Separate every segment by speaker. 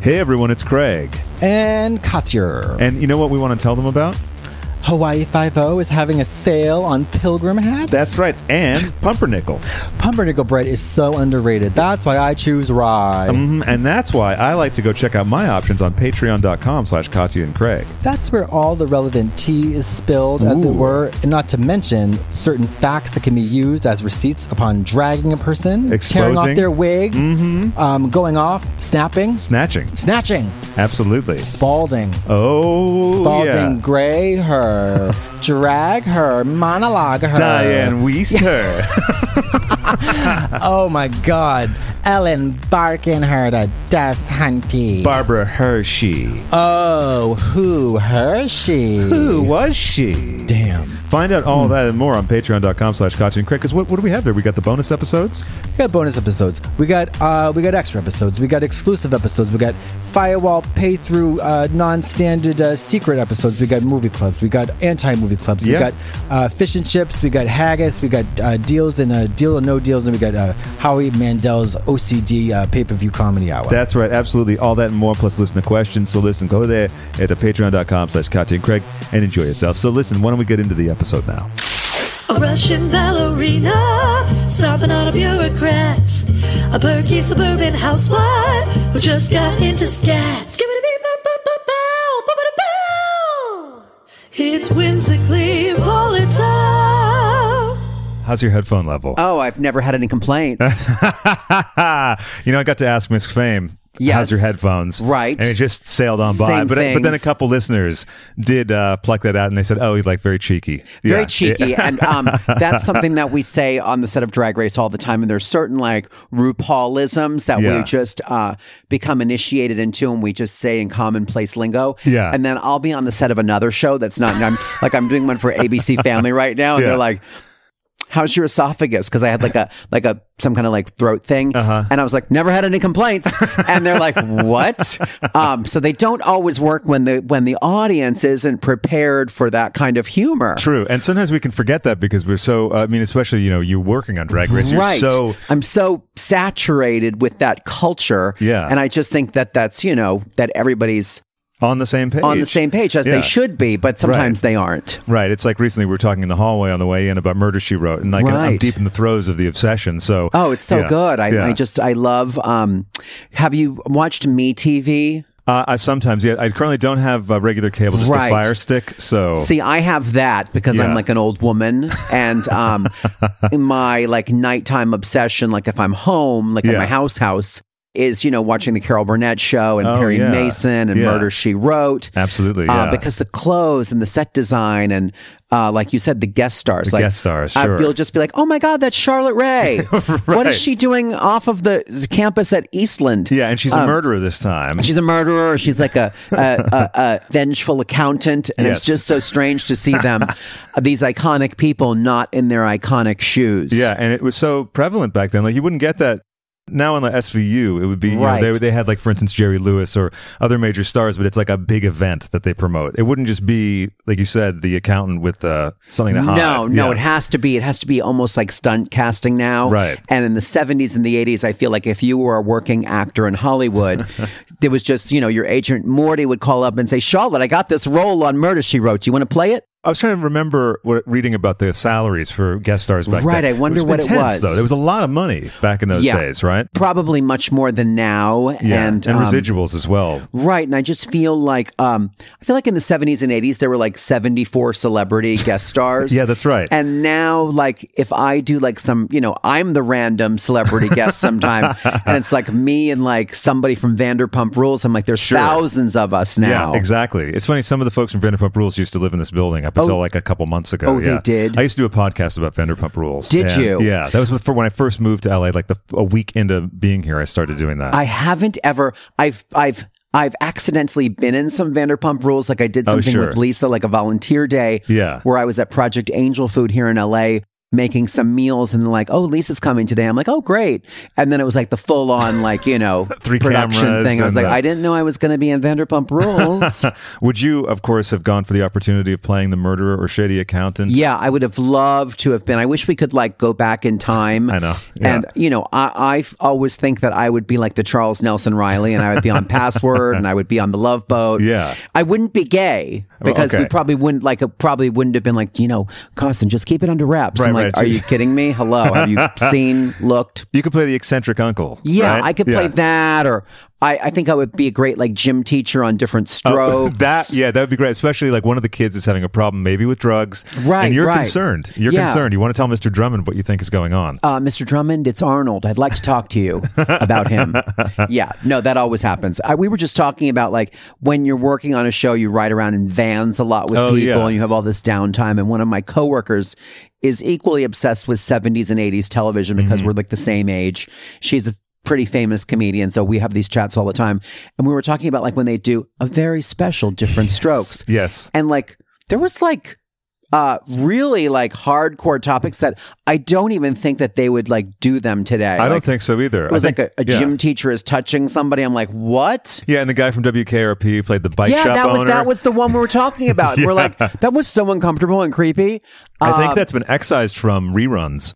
Speaker 1: Hey everyone, it's Craig.
Speaker 2: And Katyer.
Speaker 1: And you know what we want to tell them about?
Speaker 2: Hawaii Five-O is having a sale on pilgrim hats.
Speaker 1: That's right, and pumpernickel.
Speaker 2: Pumpernickel bread is so underrated. That's why I choose rye.
Speaker 1: hmm And that's why I like to go check out my options on patreon.com slash Katya and Craig.
Speaker 2: That's where all the relevant tea is spilled, as
Speaker 1: Ooh.
Speaker 2: it were, and not to mention certain facts that can be used as receipts upon dragging a person, tearing
Speaker 1: Exposing. Mm-hmm.
Speaker 2: off their wig, um, going off, snapping,
Speaker 1: Snatching.
Speaker 2: snatching,
Speaker 1: Absolutely.
Speaker 2: spalding.
Speaker 1: Oh,
Speaker 2: Spalding
Speaker 1: yeah.
Speaker 2: gray her, drag her, monologue her.
Speaker 1: Diane Weist her.
Speaker 2: Oh my God. Ellen barking her to death, hunty.
Speaker 1: Barbara Hershey.
Speaker 2: oh, who Hershey?
Speaker 1: Who was she?
Speaker 2: Damn.
Speaker 1: Find out all that and more on patreon.com slash Katya and Craig. Because what, what do we have there? We got the bonus episodes?
Speaker 2: We got bonus episodes. We got uh, we got extra episodes. We got exclusive episodes. We got firewall pay through uh, non-standard uh, secret episodes. We got movie clubs. We got anti-movie clubs.
Speaker 1: Yeah.
Speaker 2: We got uh, fish and chips. We got haggis. We got uh, deals and uh, deal or no deals. And we got uh, Howie Mandel's OCD uh, pay-per-view comedy hour.
Speaker 1: That's right, absolutely. All that and more, plus listen to questions. So listen, go there at the patreon.com slash Katya and Craig and enjoy yourself. So listen, why don't we get into the episode now?
Speaker 3: A Russian ballerina, stomping on a bureaucrat. A perky suburban housewife who just got into scat. Skibbidi-bee-bop-bop-bop-bow, boppity-bow. It's whimsically volatile.
Speaker 1: How's your headphone level?
Speaker 4: Oh, I've never had any complaints.
Speaker 1: you know, I got to ask Miss Fame.
Speaker 4: Uh, Yes.
Speaker 1: How's your headphones?
Speaker 4: Right.
Speaker 1: And it just sailed on by.
Speaker 4: Same
Speaker 1: but, but then a
Speaker 4: things.
Speaker 1: couple listeners did uh, pluck that out and they said, oh, he's like very cheeky.
Speaker 4: Very
Speaker 1: Yeah.
Speaker 4: cheeky.
Speaker 1: Yeah.
Speaker 4: and um, that's something that we say on the set of Drag Race all the time. And there's certain like RuPaulisms that
Speaker 1: Yeah.
Speaker 4: we just uh, become initiated into and we just say in commonplace lingo.
Speaker 1: Yeah.
Speaker 4: And then I'll be on the set of another show that's not, and I'm, like I'm doing one for ABC Family right now. And
Speaker 1: Yeah.
Speaker 4: they're like, How's your esophagus? Because I had like a like a some kind of like throat thing,
Speaker 1: Uh-huh.
Speaker 4: and I was like, never had any complaints. and they're like, what? Um, so they don't always work when the when the audience isn't prepared for that kind of humor.
Speaker 1: True. And sometimes we can forget that because we're so, I mean, especially, you know, you working on Drag Race, you're
Speaker 4: right.
Speaker 1: so
Speaker 4: I'm so saturated with that culture.
Speaker 1: Yeah.
Speaker 4: And I just think that that's, you know, that everybody's
Speaker 1: on the same page.
Speaker 4: on the same page as
Speaker 1: Yeah.
Speaker 4: they should be, but sometimes
Speaker 1: Right.
Speaker 4: they aren't.
Speaker 1: Right. It's like recently we were talking in the hallway on the way in about Murder She Wrote, and like I'm
Speaker 4: Right.
Speaker 1: deep in the throes of the obsession. So
Speaker 4: Oh, it's so
Speaker 1: yeah,
Speaker 4: good. I,
Speaker 1: yeah.
Speaker 4: I just, I love, um, have you watched Me TV?
Speaker 1: uh, I sometimes yeah. I currently don't have uh, regular cable, just a
Speaker 4: Right.
Speaker 1: Fire Stick. So
Speaker 4: See, I have that because
Speaker 1: Oh. Yeah.
Speaker 4: I'm like an old woman, and um, my like nighttime obsession, like if I'm home, like at
Speaker 1: Yeah.
Speaker 4: my house house, is you know watching the Carol Burnett show and
Speaker 1: Oh,
Speaker 4: Perry
Speaker 1: yeah.
Speaker 4: Mason and
Speaker 1: Yeah.
Speaker 4: Murder She Wrote.
Speaker 1: Absolutely, yeah.
Speaker 4: uh, because the clothes and the set design and. Uh, like you said, the guest stars,
Speaker 1: The
Speaker 4: like
Speaker 1: guest stars,
Speaker 4: uh,
Speaker 1: sure.
Speaker 4: you'll just be like, "Oh my God, that's Charlotte Ray! What
Speaker 1: Right.
Speaker 4: is she doing off of the, the campus at Eastland?"
Speaker 1: yeah, and she's a murderer this time.
Speaker 4: Um, She's a murderer. She's like a, a, a, a vengeful accountant. And
Speaker 1: Yes.
Speaker 4: it's just so strange to see them, these iconic people, not in their iconic shoes.
Speaker 1: Yeah, and it was so prevalent back then. Like you wouldn't get that now on the SVU. It would be you know,
Speaker 4: Right.
Speaker 1: they they had like for instance Jerry Lewis or other major stars, but it's like a big event that they promote. It wouldn't just be like you said the accountant with uh, something to hide.
Speaker 4: No, no,
Speaker 1: Yeah.
Speaker 4: it has to be. It has to be almost like stunt casting now.
Speaker 1: Right.
Speaker 4: And in the 70s and the 80s, I feel like if you were a working actor in Hollywood, there was just, you know, your agent Morty would call up and say, Charlotte, I got this role on Murder, She Wrote. Do you want to play it?
Speaker 1: I was trying to remember what, reading about the salaries for guest stars back
Speaker 4: Right,
Speaker 1: then.
Speaker 4: I wonder
Speaker 1: it was
Speaker 4: what it
Speaker 1: intense,
Speaker 4: was.
Speaker 1: Though there was a lot of money back in those
Speaker 4: Yeah.
Speaker 1: days, right?
Speaker 4: Probably much more than now.
Speaker 1: and,
Speaker 4: um,
Speaker 1: residuals as well.
Speaker 4: Right, and I just feel like um, I feel like in the seventies and eighties there were like seventy four celebrity guest stars.
Speaker 1: Yeah, that's right.
Speaker 4: And now, like, if I do like some, you know, I'm the random celebrity guest sometime, and it's like me and like somebody from Vanderpump Rules. I'm like, there's thousands of us now.
Speaker 1: Yeah, exactly. It's funny. Some of the folks from Vanderpump Rules used to live in this building up until like a couple months ago.
Speaker 4: Oh, they
Speaker 1: yeah.
Speaker 4: did?
Speaker 1: I used to do a podcast about Vanderpump Rules.
Speaker 4: Did
Speaker 1: and-
Speaker 4: you?
Speaker 1: Yeah, that was for when I first moved to LA. Like the a week into being here, I started doing that.
Speaker 4: I haven't ever. I've I've I've accidentally been in some Vanderpump Rules. Like I did
Speaker 1: Oh,
Speaker 4: something
Speaker 1: sure.
Speaker 4: with Lisa, like a volunteer day.
Speaker 1: Yeah.
Speaker 4: where I was at Project Angel Food here in LA making some meals and like oh lisa's coming today i'm like oh great and then it was like the full-on like you know
Speaker 1: Three
Speaker 4: production
Speaker 1: cameras
Speaker 4: thing i was
Speaker 1: and
Speaker 4: like
Speaker 1: the-
Speaker 4: i didn't know i was going to be in vanderpump rules
Speaker 1: Would you, of course, have gone for the opportunity of playing the murderer or shady accountant?
Speaker 4: Yeah, I would have loved to have been. I wish we could like go back in time.
Speaker 1: I know, yeah.
Speaker 4: And you know, I, I always think that I would be like the Charles Nelson Riley, and I would be on Password, and I would be on the Love Boat.
Speaker 1: Yeah.
Speaker 4: I wouldn't be gay
Speaker 1: Well,
Speaker 4: because we
Speaker 1: okay.
Speaker 4: probably wouldn't like it probably wouldn't have been like you know, Costin, just keep it under wraps.
Speaker 1: Right,
Speaker 4: I'm like,
Speaker 1: right,
Speaker 4: are you
Speaker 1: just-
Speaker 4: kidding me? Hello, have you seen, looked?
Speaker 1: You could play the eccentric uncle.
Speaker 4: Yeah,
Speaker 1: right?
Speaker 4: I could play
Speaker 1: Yeah.
Speaker 4: that, or I, I think I would be a great like gym teacher on different
Speaker 1: Oh,
Speaker 4: strokes.
Speaker 1: that yeah, that would be great. Especially like one of the kids is having a problem, maybe with drugs,
Speaker 4: Right,
Speaker 1: And you're
Speaker 4: right.
Speaker 1: concerned. You're
Speaker 4: Yeah.
Speaker 1: concerned. You want to tell Mr. Drummond what you think is going on.
Speaker 4: uh, Mr. Drummond, it's Arnold. I'd like to talk to you about him. yeah, no, that always happens. I, we were just talking about like when you're working on a show, you ride around in vans a lot with
Speaker 1: Oh,
Speaker 4: people
Speaker 1: yeah.
Speaker 4: and you have all this downtime. And one of my coworkers is equally obsessed with 70s and 80s television because
Speaker 1: Mm-hmm.
Speaker 4: we're like the same age. She's a pretty famous comedian. So we have these chats all the time. And we were talking about like when they do a very special different strokes
Speaker 1: Yes.
Speaker 4: and like there was like uh really like hardcore topics that I don't even think that they would like do them today.
Speaker 1: I don't
Speaker 4: Like,
Speaker 1: think so either.
Speaker 4: it was
Speaker 1: I think,
Speaker 4: like a, a
Speaker 1: yeah.
Speaker 4: gym teacher is touching somebody. I'm like, what?
Speaker 1: Yeah, and the guy from WKRP played the bike
Speaker 4: yeah,
Speaker 1: shop
Speaker 4: that was
Speaker 1: owner.
Speaker 4: that was the one we were talking about. We're like, that was so uncomfortable and creepy.
Speaker 1: I think
Speaker 4: Um,
Speaker 1: that's been excised from reruns.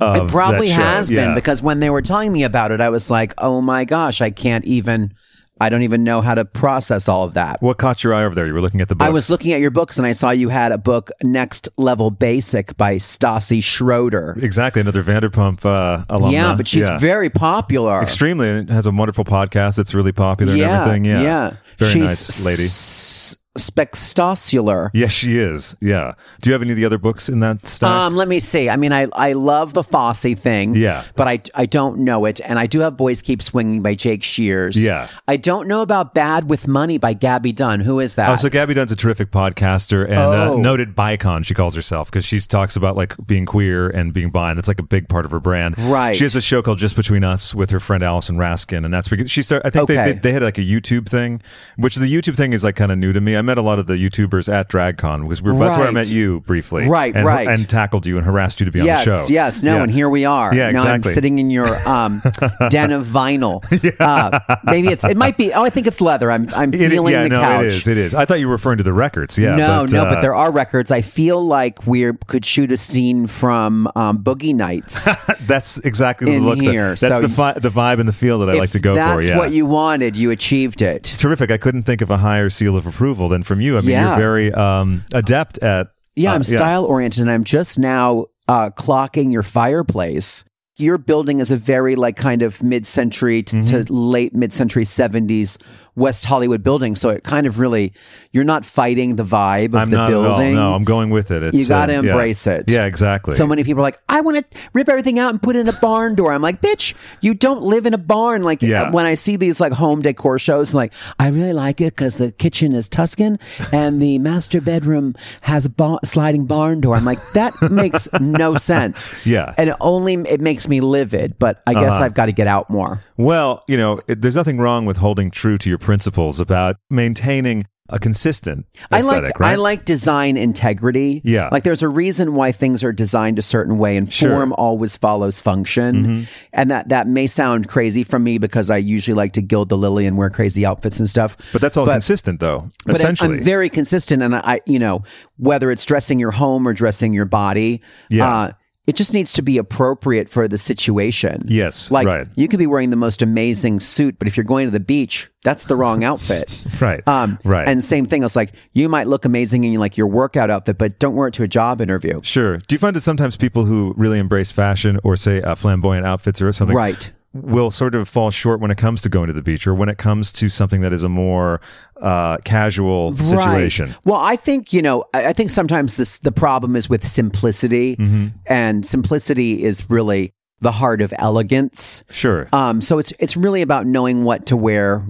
Speaker 1: of
Speaker 4: it probably
Speaker 1: that show.
Speaker 4: has been
Speaker 1: Yeah.
Speaker 4: because when they were telling me about it, I was like, oh my gosh, I can't even. I don't even know how to process all of that.
Speaker 1: what caught your eye over there? You were looking at the books.
Speaker 4: I was looking at your books and I saw you had a book, Next Level Basic by Stassi Schroeder.
Speaker 1: exactly another Vanderpump uh, alumna.
Speaker 4: Yeah, but she's
Speaker 1: Yeah.
Speaker 4: very popular.
Speaker 1: extremely and has a wonderful podcast. It's really popular
Speaker 4: yeah,
Speaker 1: and everything. Yeah, very
Speaker 4: she's
Speaker 1: nice lady.
Speaker 4: S- spectacular.
Speaker 1: Yes, she is. Yeah. Do you have any of the other books in that stack?
Speaker 4: Um, let me see. I mean, I, I love the Fosse thing.
Speaker 1: Yeah.
Speaker 4: But I, I don't know it. And I do have Boys Keep Swinging by Jake Shears.
Speaker 1: Yeah.
Speaker 4: I don't know about Bad with Money by Gabby Dunn. Who is that?
Speaker 1: Oh, so Gabby Dunn's a terrific podcaster and
Speaker 4: Oh.
Speaker 1: uh, noted bicon, she calls herself, because she talks about like being queer and being bi, and it's like a big part of her brand.
Speaker 4: Right.
Speaker 1: She has a show called Just Between Us with her friend Allison Raskin, and that's because she started. I think
Speaker 4: Okay.
Speaker 1: they, they they had like a YouTube thing, which the YouTube thing is like kind of new to me. I met a lot of the YouTubers at DragCon because we were, that's where I
Speaker 4: Right.
Speaker 1: met you briefly,
Speaker 4: Right,
Speaker 1: and,
Speaker 4: right.
Speaker 1: and tackled you and harassed you to be on
Speaker 4: yes,
Speaker 1: the show.
Speaker 4: yes, no,
Speaker 1: Yeah.
Speaker 4: and here we are.
Speaker 1: Yeah,
Speaker 4: now
Speaker 1: exactly.
Speaker 4: I'm sitting in your um, den of vinyl. uh, maybe it's it might be. Oh, I think it's leather. I'm I'm
Speaker 1: It-
Speaker 4: feeling
Speaker 1: yeah,
Speaker 4: the
Speaker 1: no,
Speaker 4: couch.
Speaker 1: it is. It is. I thought you were referring to the records. Yeah.
Speaker 4: no,
Speaker 1: but,
Speaker 4: no,
Speaker 1: uh,
Speaker 4: but there are records. I feel like we could shoot a scene from um, Boogie Nights.
Speaker 1: That's exactly the
Speaker 4: in
Speaker 1: look. that-
Speaker 4: here,
Speaker 1: that's
Speaker 4: so
Speaker 1: the fi- the vibe and the feel that I like to go
Speaker 4: that's
Speaker 1: for. Yeah.
Speaker 4: what you wanted. You achieved it.
Speaker 1: Terrific. I couldn't think of a higher seal of approval than from you. I mean,
Speaker 4: Yeah.
Speaker 1: you're very um, adept at.
Speaker 4: Yeah,
Speaker 1: uh,
Speaker 4: I'm style oriented, and I'm just now uh, clocking your fireplace. Your building is a very like kind of mid-century to, to
Speaker 1: Mm-hmm.
Speaker 4: late mid-century '70s West Hollywood building. So it kind of really, you're not fighting the vibe of
Speaker 1: I'm
Speaker 4: the
Speaker 1: not
Speaker 4: building.
Speaker 1: at all. No, I'm going with it. It's,
Speaker 4: You gotta
Speaker 1: uh, yeah.
Speaker 4: embrace it.
Speaker 1: Yeah, exactly.
Speaker 4: So many people are like, I want to rip everything out and put it in a barn door. I'm like, bitch, you don't live in a barn. Like
Speaker 1: Yeah.
Speaker 4: when I see these like home decor shows, I'm like I really like it because the kitchen is Tuscan and the master bedroom has a ba- sliding barn door. I'm like, that makes no sense.
Speaker 1: Yeah. Uh-huh.
Speaker 4: and it only it makes me livid. But I guess I've got to get out more.
Speaker 1: Well, you know, it, there's nothing wrong with holding true to your principles about maintaining a consistent
Speaker 4: I
Speaker 1: aesthetic,
Speaker 4: like
Speaker 1: right?
Speaker 4: I like design integrity.
Speaker 1: Yeah.
Speaker 4: like there's a reason why things are designed a certain way, and
Speaker 1: Sure. Mm-hmm.
Speaker 4: form always follows function. And that that may sound crazy from me because I usually like to gild the lily and wear crazy outfits and stuff.
Speaker 1: but that's all
Speaker 4: but-
Speaker 1: consistent, though.
Speaker 4: but I'm-
Speaker 1: essentially,
Speaker 4: I'm very consistent, and I, you know, whether it's dressing your home or dressing your body, uh,
Speaker 1: Yeah.
Speaker 4: it just needs to be appropriate for the situation.
Speaker 1: Yes,
Speaker 4: like
Speaker 1: right.
Speaker 4: you could be wearing the most amazing suit, but if you're going to the beach, that's the wrong outfit.
Speaker 1: Right,
Speaker 4: Um,
Speaker 1: right.
Speaker 4: And same thing. I was like, you might look amazing in like your workout outfit, but don't wear it to a job interview.
Speaker 1: Sure. Do you find that sometimes people who really embrace fashion or say uh, flamboyant outfits or something,
Speaker 4: Right.
Speaker 1: will sort of fall short when it comes to going to the beach or when it comes to something that is a more uh, casual situation?
Speaker 4: Right. Well, I think you know. I I think sometimes this the problem is with simplicity,
Speaker 1: Mm-hmm.
Speaker 4: and simplicity is really the heart of elegance.
Speaker 1: Sure.
Speaker 4: Uh, Um, so it's it's really about knowing what to wear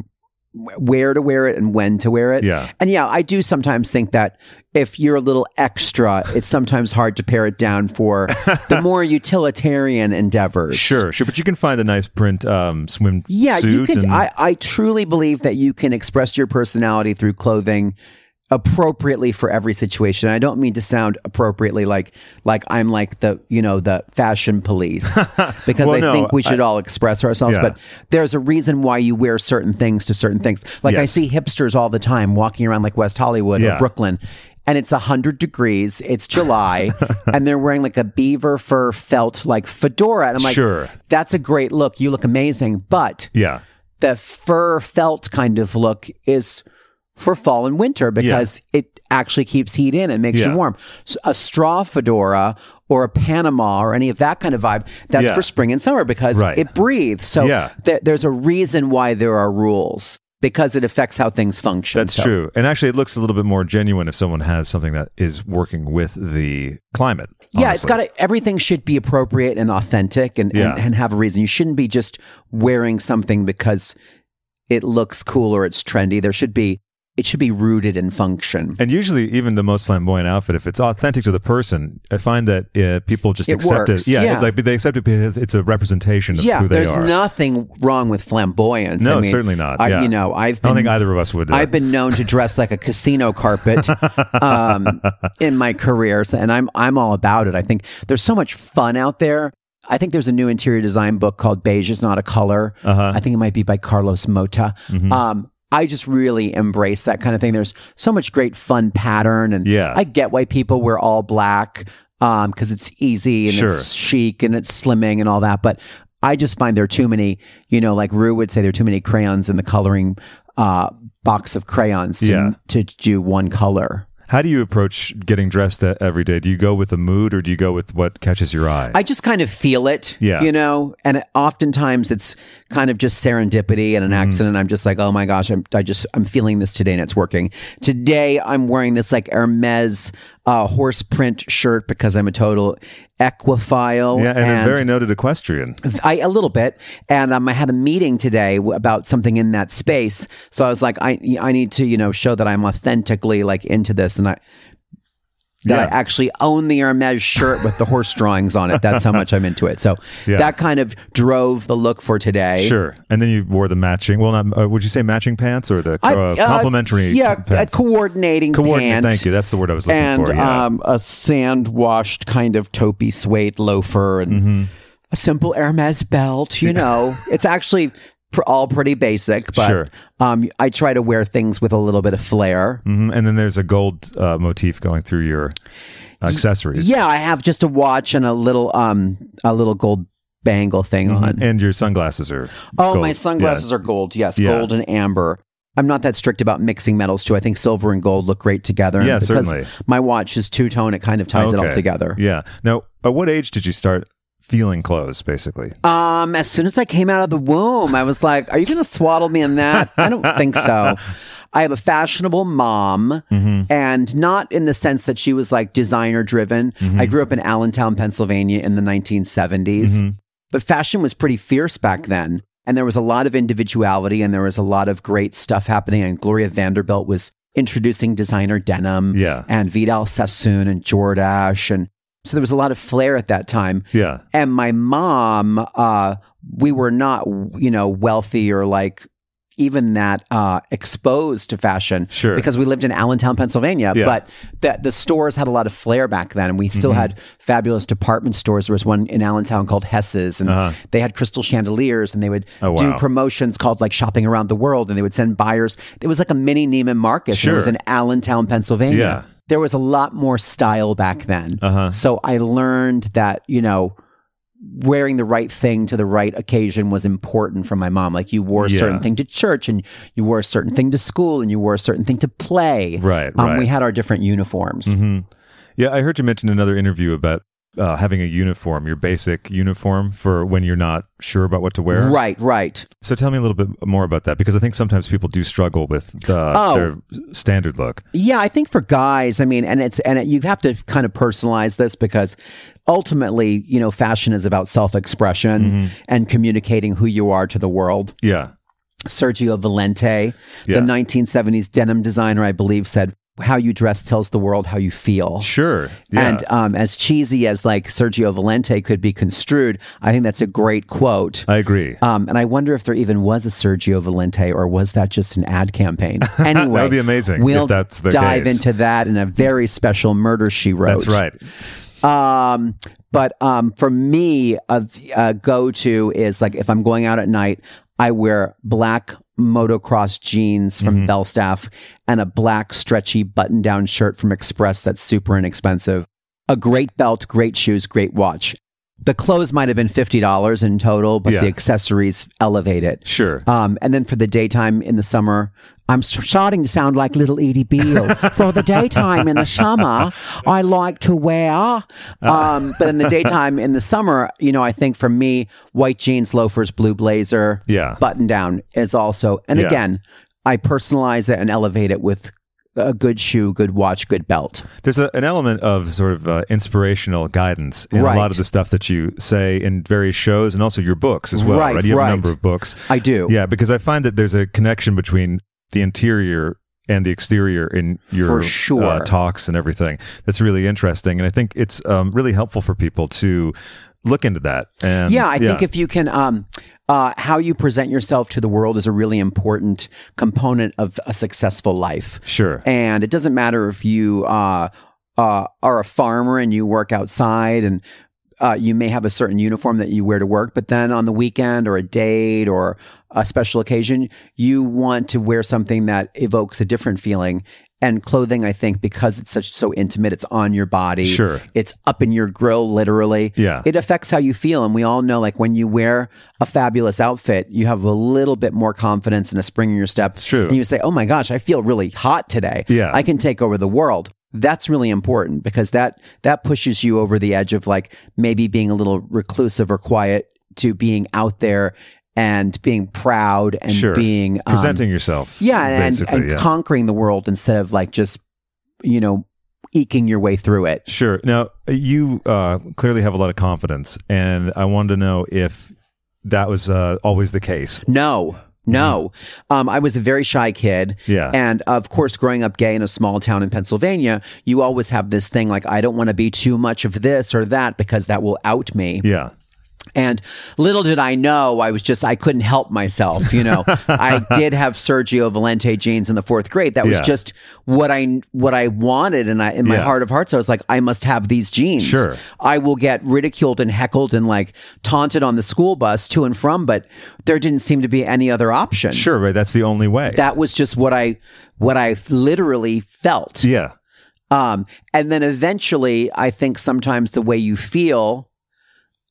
Speaker 4: where to wear it and when to wear it.
Speaker 1: Yeah.
Speaker 4: And yeah, I do sometimes think that if you're a little extra, it's sometimes hard to pare it down for the more utilitarian endeavors.
Speaker 1: Sure, sure, but you can find a nice print um, swimsuit.
Speaker 4: Yeah, you can.
Speaker 1: and-
Speaker 4: I, I truly believe that you can express your personality through clothing appropriately for every situation. I don't mean to sound appropriately like like I'm like the you know the fashion police because
Speaker 1: Well,
Speaker 4: I
Speaker 1: no,
Speaker 4: think we should all express ourselves.
Speaker 1: Yeah.
Speaker 4: But there's a reason why you wear certain things to certain things. Like I
Speaker 1: Yes.
Speaker 4: see hipsters all the time walking around like West Hollywood
Speaker 1: Yeah.
Speaker 4: or Brooklyn. And it's 100 degrees, it's July, and they're wearing like a beaver fur felt like fedora. And I'm like,
Speaker 1: Sure.
Speaker 4: that's a great look. You look amazing. But
Speaker 1: yeah,
Speaker 4: the fur felt kind of look is for fall and winter because it actually keeps heat in and makes
Speaker 1: Yeah.
Speaker 4: you warm. S- a straw fedora or a Panama or any of that kind of vibe, that's
Speaker 1: Yeah.
Speaker 4: for spring and summer because
Speaker 1: Right.
Speaker 4: it breathes. So
Speaker 1: Yeah.
Speaker 4: th- there's a reason why there are rules because it affects how things function.
Speaker 1: that's
Speaker 4: So-
Speaker 1: true. And actually, it looks a little bit more genuine if someone has something that is working with the climate.
Speaker 4: Yeah, it's
Speaker 1: honestly.
Speaker 4: got to, everything should be appropriate and authentic and,
Speaker 1: Yeah.
Speaker 4: and, and have a reason. You shouldn't be just wearing something because it looks cool or it's trendy. There should be, it should be rooted in function.
Speaker 1: And usually, even the most flamboyant outfit, if it's authentic to the person, I find that uh, people just
Speaker 4: It
Speaker 1: accept
Speaker 4: works,
Speaker 1: it. Yeah,
Speaker 4: yeah.
Speaker 1: like they accept it because it's a representation of
Speaker 4: yeah,
Speaker 1: who they
Speaker 4: there's
Speaker 1: are.
Speaker 4: nothing wrong with flamboyance.
Speaker 1: no,
Speaker 4: I mean,
Speaker 1: certainly not.
Speaker 4: I,
Speaker 1: yeah.
Speaker 4: You know, I've
Speaker 1: I
Speaker 4: been,
Speaker 1: don't think either of us would. uh,
Speaker 4: I've been known to dress like a casino carpet um, in my career, so, and I'm I'm all about it. I think there's so much fun out there. I think there's a new interior design book called Beige is Not a Color.
Speaker 1: Uh-huh.
Speaker 4: I think it might be by Carlos Mota.
Speaker 1: Mm-hmm.
Speaker 4: Um, I just really embrace that kind of thing. There's so much great fun pattern, and
Speaker 1: Yeah.
Speaker 4: I get why people wear all black because it's easy and
Speaker 1: Sure.
Speaker 4: it's chic and it's slimming and all that. But I just find there are too many, you know, like Rue would say, there are too many crayons in the coloring uh, box of crayons to,
Speaker 1: Yeah.
Speaker 4: to do one color.
Speaker 1: How do you approach getting dressed uh, every day? Do you go with the mood or do you go with what catches your eye?
Speaker 4: I just kind of feel it,
Speaker 1: Yeah.
Speaker 4: you know, and it- oftentimes it's kind of just serendipity
Speaker 1: Mm-hmm.
Speaker 4: and an accident. I'm just like, oh my gosh, I'm, I just, I'm feeling this today and it's working. Today I'm wearing this like Hermes uh, horse print shirt because I'm a total equophile.
Speaker 1: yeah, and, a very noted equestrian.
Speaker 4: I a little bit, and um, I had a meeting today w- about something in that space. So I was like, I I need to you know show that I'm authentically like into this, and I that
Speaker 1: Yeah.
Speaker 4: I actually own the Hermes shirt with the horse drawings on it. That's how much I'm into it. So
Speaker 1: Yeah.
Speaker 4: that kind of drove the look for today.
Speaker 1: Sure. And then you wore the matching, well, not, uh, would you say matching pants or the
Speaker 4: I-
Speaker 1: uh,
Speaker 4: uh,
Speaker 1: complimentary
Speaker 4: yeah,
Speaker 1: c-
Speaker 4: a
Speaker 1: pants?
Speaker 4: coordinating
Speaker 1: Coordinate,
Speaker 4: pants.
Speaker 1: Thank you. That's the word I was looking
Speaker 4: and
Speaker 1: for. Yeah.
Speaker 4: um, a sand washed kind of taupey suede loafer and
Speaker 1: Mm-hmm.
Speaker 4: a simple Hermes belt. You know, it's actually pr- all pretty basic, but
Speaker 1: Sure.
Speaker 4: um, I try to wear things with a little bit of flair.
Speaker 1: Mhm. And then there's a gold uh, motif going through your accessories.
Speaker 4: Yeah, I have just a watch and a little um, a little gold bangle thing on.
Speaker 1: Mm-hmm. And your sunglasses are.
Speaker 4: Oh,
Speaker 1: gold.
Speaker 4: my sunglasses
Speaker 1: Yeah.
Speaker 4: are gold. Yes,
Speaker 1: Yeah.
Speaker 4: gold and amber. I'm not that strict about mixing metals too. I think silver and gold look great together. and
Speaker 1: Yeah,
Speaker 4: because
Speaker 1: certainly.
Speaker 4: My watch is two tone. It kind of ties it all
Speaker 1: Okay.
Speaker 4: together.
Speaker 1: Yeah. Now, at what age did you start feeling clothes, basically?
Speaker 4: Um, as soon as I came out of the womb, I was like, "Are you going to swaddle me in that?" I don't think so. I have a fashionable mom, and not in the sense that she was like designer driven. I grew up in Allentown, Pennsylvania, in the 1970s, but fashion was pretty fierce back then, and there was a lot of individuality, and there was a lot of great stuff happening. And Gloria Vanderbilt was introducing designer denim,
Speaker 1: Yeah.
Speaker 4: and Vidal Sassoon and Jordache, and so there was a lot of flair at that time
Speaker 1: Yeah.
Speaker 4: and my mom uh we were not you know wealthy or like even that uh exposed to fashion
Speaker 1: Sure.
Speaker 4: because we lived in allentown pennsylvania
Speaker 1: Yeah. Mm-hmm.
Speaker 4: but that the stores had a lot of flair back then and we still had fabulous department stores there was one in allentown called hess's and they had crystal chandeliers and they would
Speaker 1: Uh-huh. Oh,
Speaker 4: do
Speaker 1: wow.
Speaker 4: promotions called like shopping around the world and they would send buyers it was like a mini neiman marcus and
Speaker 1: Sure.
Speaker 4: it was in allentown pennsylvania
Speaker 1: Yeah.
Speaker 4: there was a lot more style back then
Speaker 1: Uh-huh.
Speaker 4: so i learned that you know wearing the right thing to the right occasion was important for my mom. Like you wore a
Speaker 1: Yeah.
Speaker 4: certain thing to church and you wore a certain thing to school and you wore a certain thing to play.
Speaker 1: Right,
Speaker 4: Um,
Speaker 1: right. Mm-hmm.
Speaker 4: We had our different uniforms.
Speaker 1: Yeah, I heard you mention another interview about uh, having a uniform, your basic uniform for when you're not sure about what to wear.
Speaker 4: Right, right.
Speaker 1: So tell me a little bit more about that because I think sometimes people do struggle with the,
Speaker 4: Oh.
Speaker 1: their standard look.
Speaker 4: Yeah, I think for guys, I mean, and it's and it, you have to kind of personalize this because ultimately, you
Speaker 1: Mm-hmm.
Speaker 4: know, fashion is about self-expression and communicating who you are to the world.
Speaker 1: Yeah.
Speaker 4: Sergio Valente,
Speaker 1: Yeah.
Speaker 4: the 1970s denim designer, I believe, said, How you dress tells the world how you feel.
Speaker 1: Sure. Yeah.
Speaker 4: And um, as cheesy as like Sergio Valente could be construed, I think that's a great quote.
Speaker 1: I agree.
Speaker 4: Um, and I wonder if there even was a Sergio Valente or was that just an ad campaign? Anyway,
Speaker 1: be amazing if
Speaker 4: We'll
Speaker 1: that's the
Speaker 4: dive
Speaker 1: case.
Speaker 4: into that in a very special murder she wrote.
Speaker 1: That's right.
Speaker 4: Um, but um, for me, a, a go to is like if I'm going out at night, I wear black motocross jeans from Belstaff and a black stretchy button down shirt from Express that's super inexpensive. A great belt, great shoes, great watch. The clothes might have been $50 in total, but
Speaker 1: Yeah.
Speaker 4: the accessories elevate it.
Speaker 1: Sure.
Speaker 4: Um, and then for the daytime in the summer, I'm s- starting to sound like little Edie Beale. for the daytime in the summer, I like to wear.
Speaker 1: Uh.
Speaker 4: Um, but in the daytime in the summer, you know, I think for me, white jeans, loafers, blue blazer,
Speaker 1: Yeah.
Speaker 4: button down is also. And
Speaker 1: Yeah.
Speaker 4: again, I personalize it and elevate it with a good shoe, good watch, good belt.
Speaker 1: There's a, an element of sort of uh, inspirational guidance in
Speaker 4: Right.
Speaker 1: a lot of the stuff that you say in various shows and also your books as well,
Speaker 4: Right,
Speaker 1: right? You have
Speaker 4: right.
Speaker 1: a number of books.
Speaker 4: I do.
Speaker 1: Yeah, because I find that there's a connection between the interior and the exterior in your
Speaker 4: For sure.
Speaker 1: uh, talks and everything. That's really interesting, and I think it's um, really helpful for people to look into that. And
Speaker 4: yeah, I think if you can, um, uh, how you present yourself to the world is a really important component of a successful life.
Speaker 1: sure,
Speaker 4: And it doesn't matter if you uh, uh, are a farmer and you work outside and uh, you may have a certain uniform that you wear to work, but then on the weekend or a date or a special occasion, you want to wear something that evokes a different feeling. And clothing, I think, because it's such so intimate, it's on your body.
Speaker 1: Sure.
Speaker 4: It's up in your grill, literally.
Speaker 1: Yeah.
Speaker 4: It affects how you feel. And we all know, like, when you wear a fabulous outfit, you have a little bit more confidence and a spring in your step. It's
Speaker 1: true.
Speaker 4: And you say, oh my gosh, I feel really hot today.
Speaker 1: Yeah.
Speaker 4: I can take over the world. That's really important because that that pushes you over the edge of like maybe being a little reclusive or quiet to being out there and being proud and
Speaker 1: sure,
Speaker 4: being um,
Speaker 1: presenting yourself,
Speaker 4: yeah, and, and,
Speaker 1: basically, yeah.
Speaker 4: conquering the world instead of like just you know eking your way through it.
Speaker 1: Sure. Now, you uh, clearly have a lot of confidence, and I wanted to know if that was uh, always the case.
Speaker 4: No, no. Um, I was a very shy kid.
Speaker 1: Yeah.
Speaker 4: And of course, growing up gay in a small town in Pennsylvania, you always have this thing like, I don't want to be too much of this or that because that will out me.
Speaker 1: Yeah.
Speaker 4: And little did I know, I was just, I couldn't help myself. You know, I did have Sergio Valente jeans in the fourth grade. That was
Speaker 1: Yeah.
Speaker 4: just what I, what I wanted. And I, in my
Speaker 1: Yeah.
Speaker 4: heart of hearts, I was like, I must have these jeans.
Speaker 1: Sure.
Speaker 4: I will get ridiculed and heckled and like taunted on the school bus to and from, but there didn't seem to be any other option.
Speaker 1: Sure. Right. That's the only way.
Speaker 4: That was just what I, what I literally felt.
Speaker 1: yeah.
Speaker 4: Um, and then eventually, I think sometimes the way you feel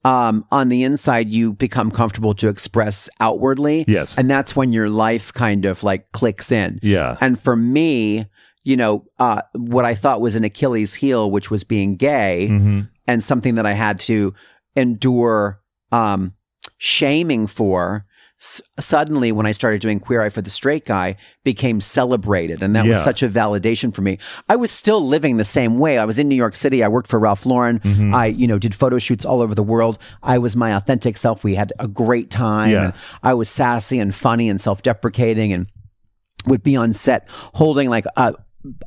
Speaker 4: um, on the inside, you become comfortable to express outwardly.
Speaker 1: Yes.
Speaker 4: And that's when your life kind of like clicks in.
Speaker 1: Yeah.
Speaker 4: And for me, you know, uh, what I thought was an Achilles heel, which was being gay
Speaker 1: Mhm.
Speaker 4: and something that I had to endure um, shaming for. S- suddenly, when I started doing Queer Eye for the Straight Guy, became celebrated, and that was
Speaker 1: Yeah.
Speaker 4: such a validation for me. I was still living the same way. I was in New York City. I worked for Ralph Lauren.
Speaker 1: Mm-hmm.
Speaker 4: I, you know, did photo shoots all over the world. I was my authentic self. We had a great time.
Speaker 1: Yeah.
Speaker 4: and I was sassy and funny and self-deprecating, and would be on set holding like a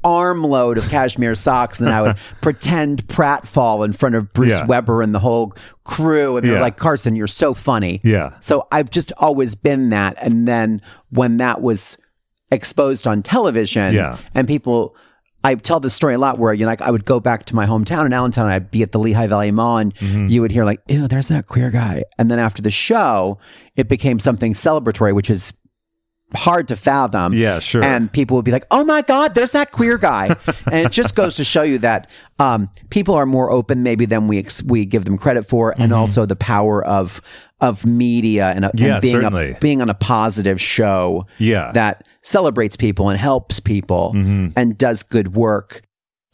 Speaker 4: armload of cashmere socks and then I would pretend pratfall in front of Bruce
Speaker 1: Yeah.
Speaker 4: Weber and the whole crew and they're
Speaker 1: Yeah.
Speaker 4: like Carson you're so funny.
Speaker 1: Yeah.
Speaker 4: So I've just always been that and then when that was exposed on television
Speaker 1: Yeah.
Speaker 4: and people I tell this story a lot where you know, like I would go back to my hometown in Allentown and I'd be at the Lehigh Valley Mall and
Speaker 1: Mm-hmm.
Speaker 4: you would hear like ew there's that queer guy and then after the show it became something celebratory which is hard to fathom.
Speaker 1: Yeah, sure.
Speaker 4: And people would be like, "Oh my God, there's that queer guy," and it just goes to show you that um, people are more open maybe than we ex- we give them credit for,
Speaker 1: Mm-hmm.
Speaker 4: and also the power of of media and, uh, and
Speaker 1: Yeah,
Speaker 4: being
Speaker 1: certainly.
Speaker 4: a, being on a positive show
Speaker 1: Yeah.
Speaker 4: that celebrates people and helps people
Speaker 1: Mm-hmm.
Speaker 4: and does good work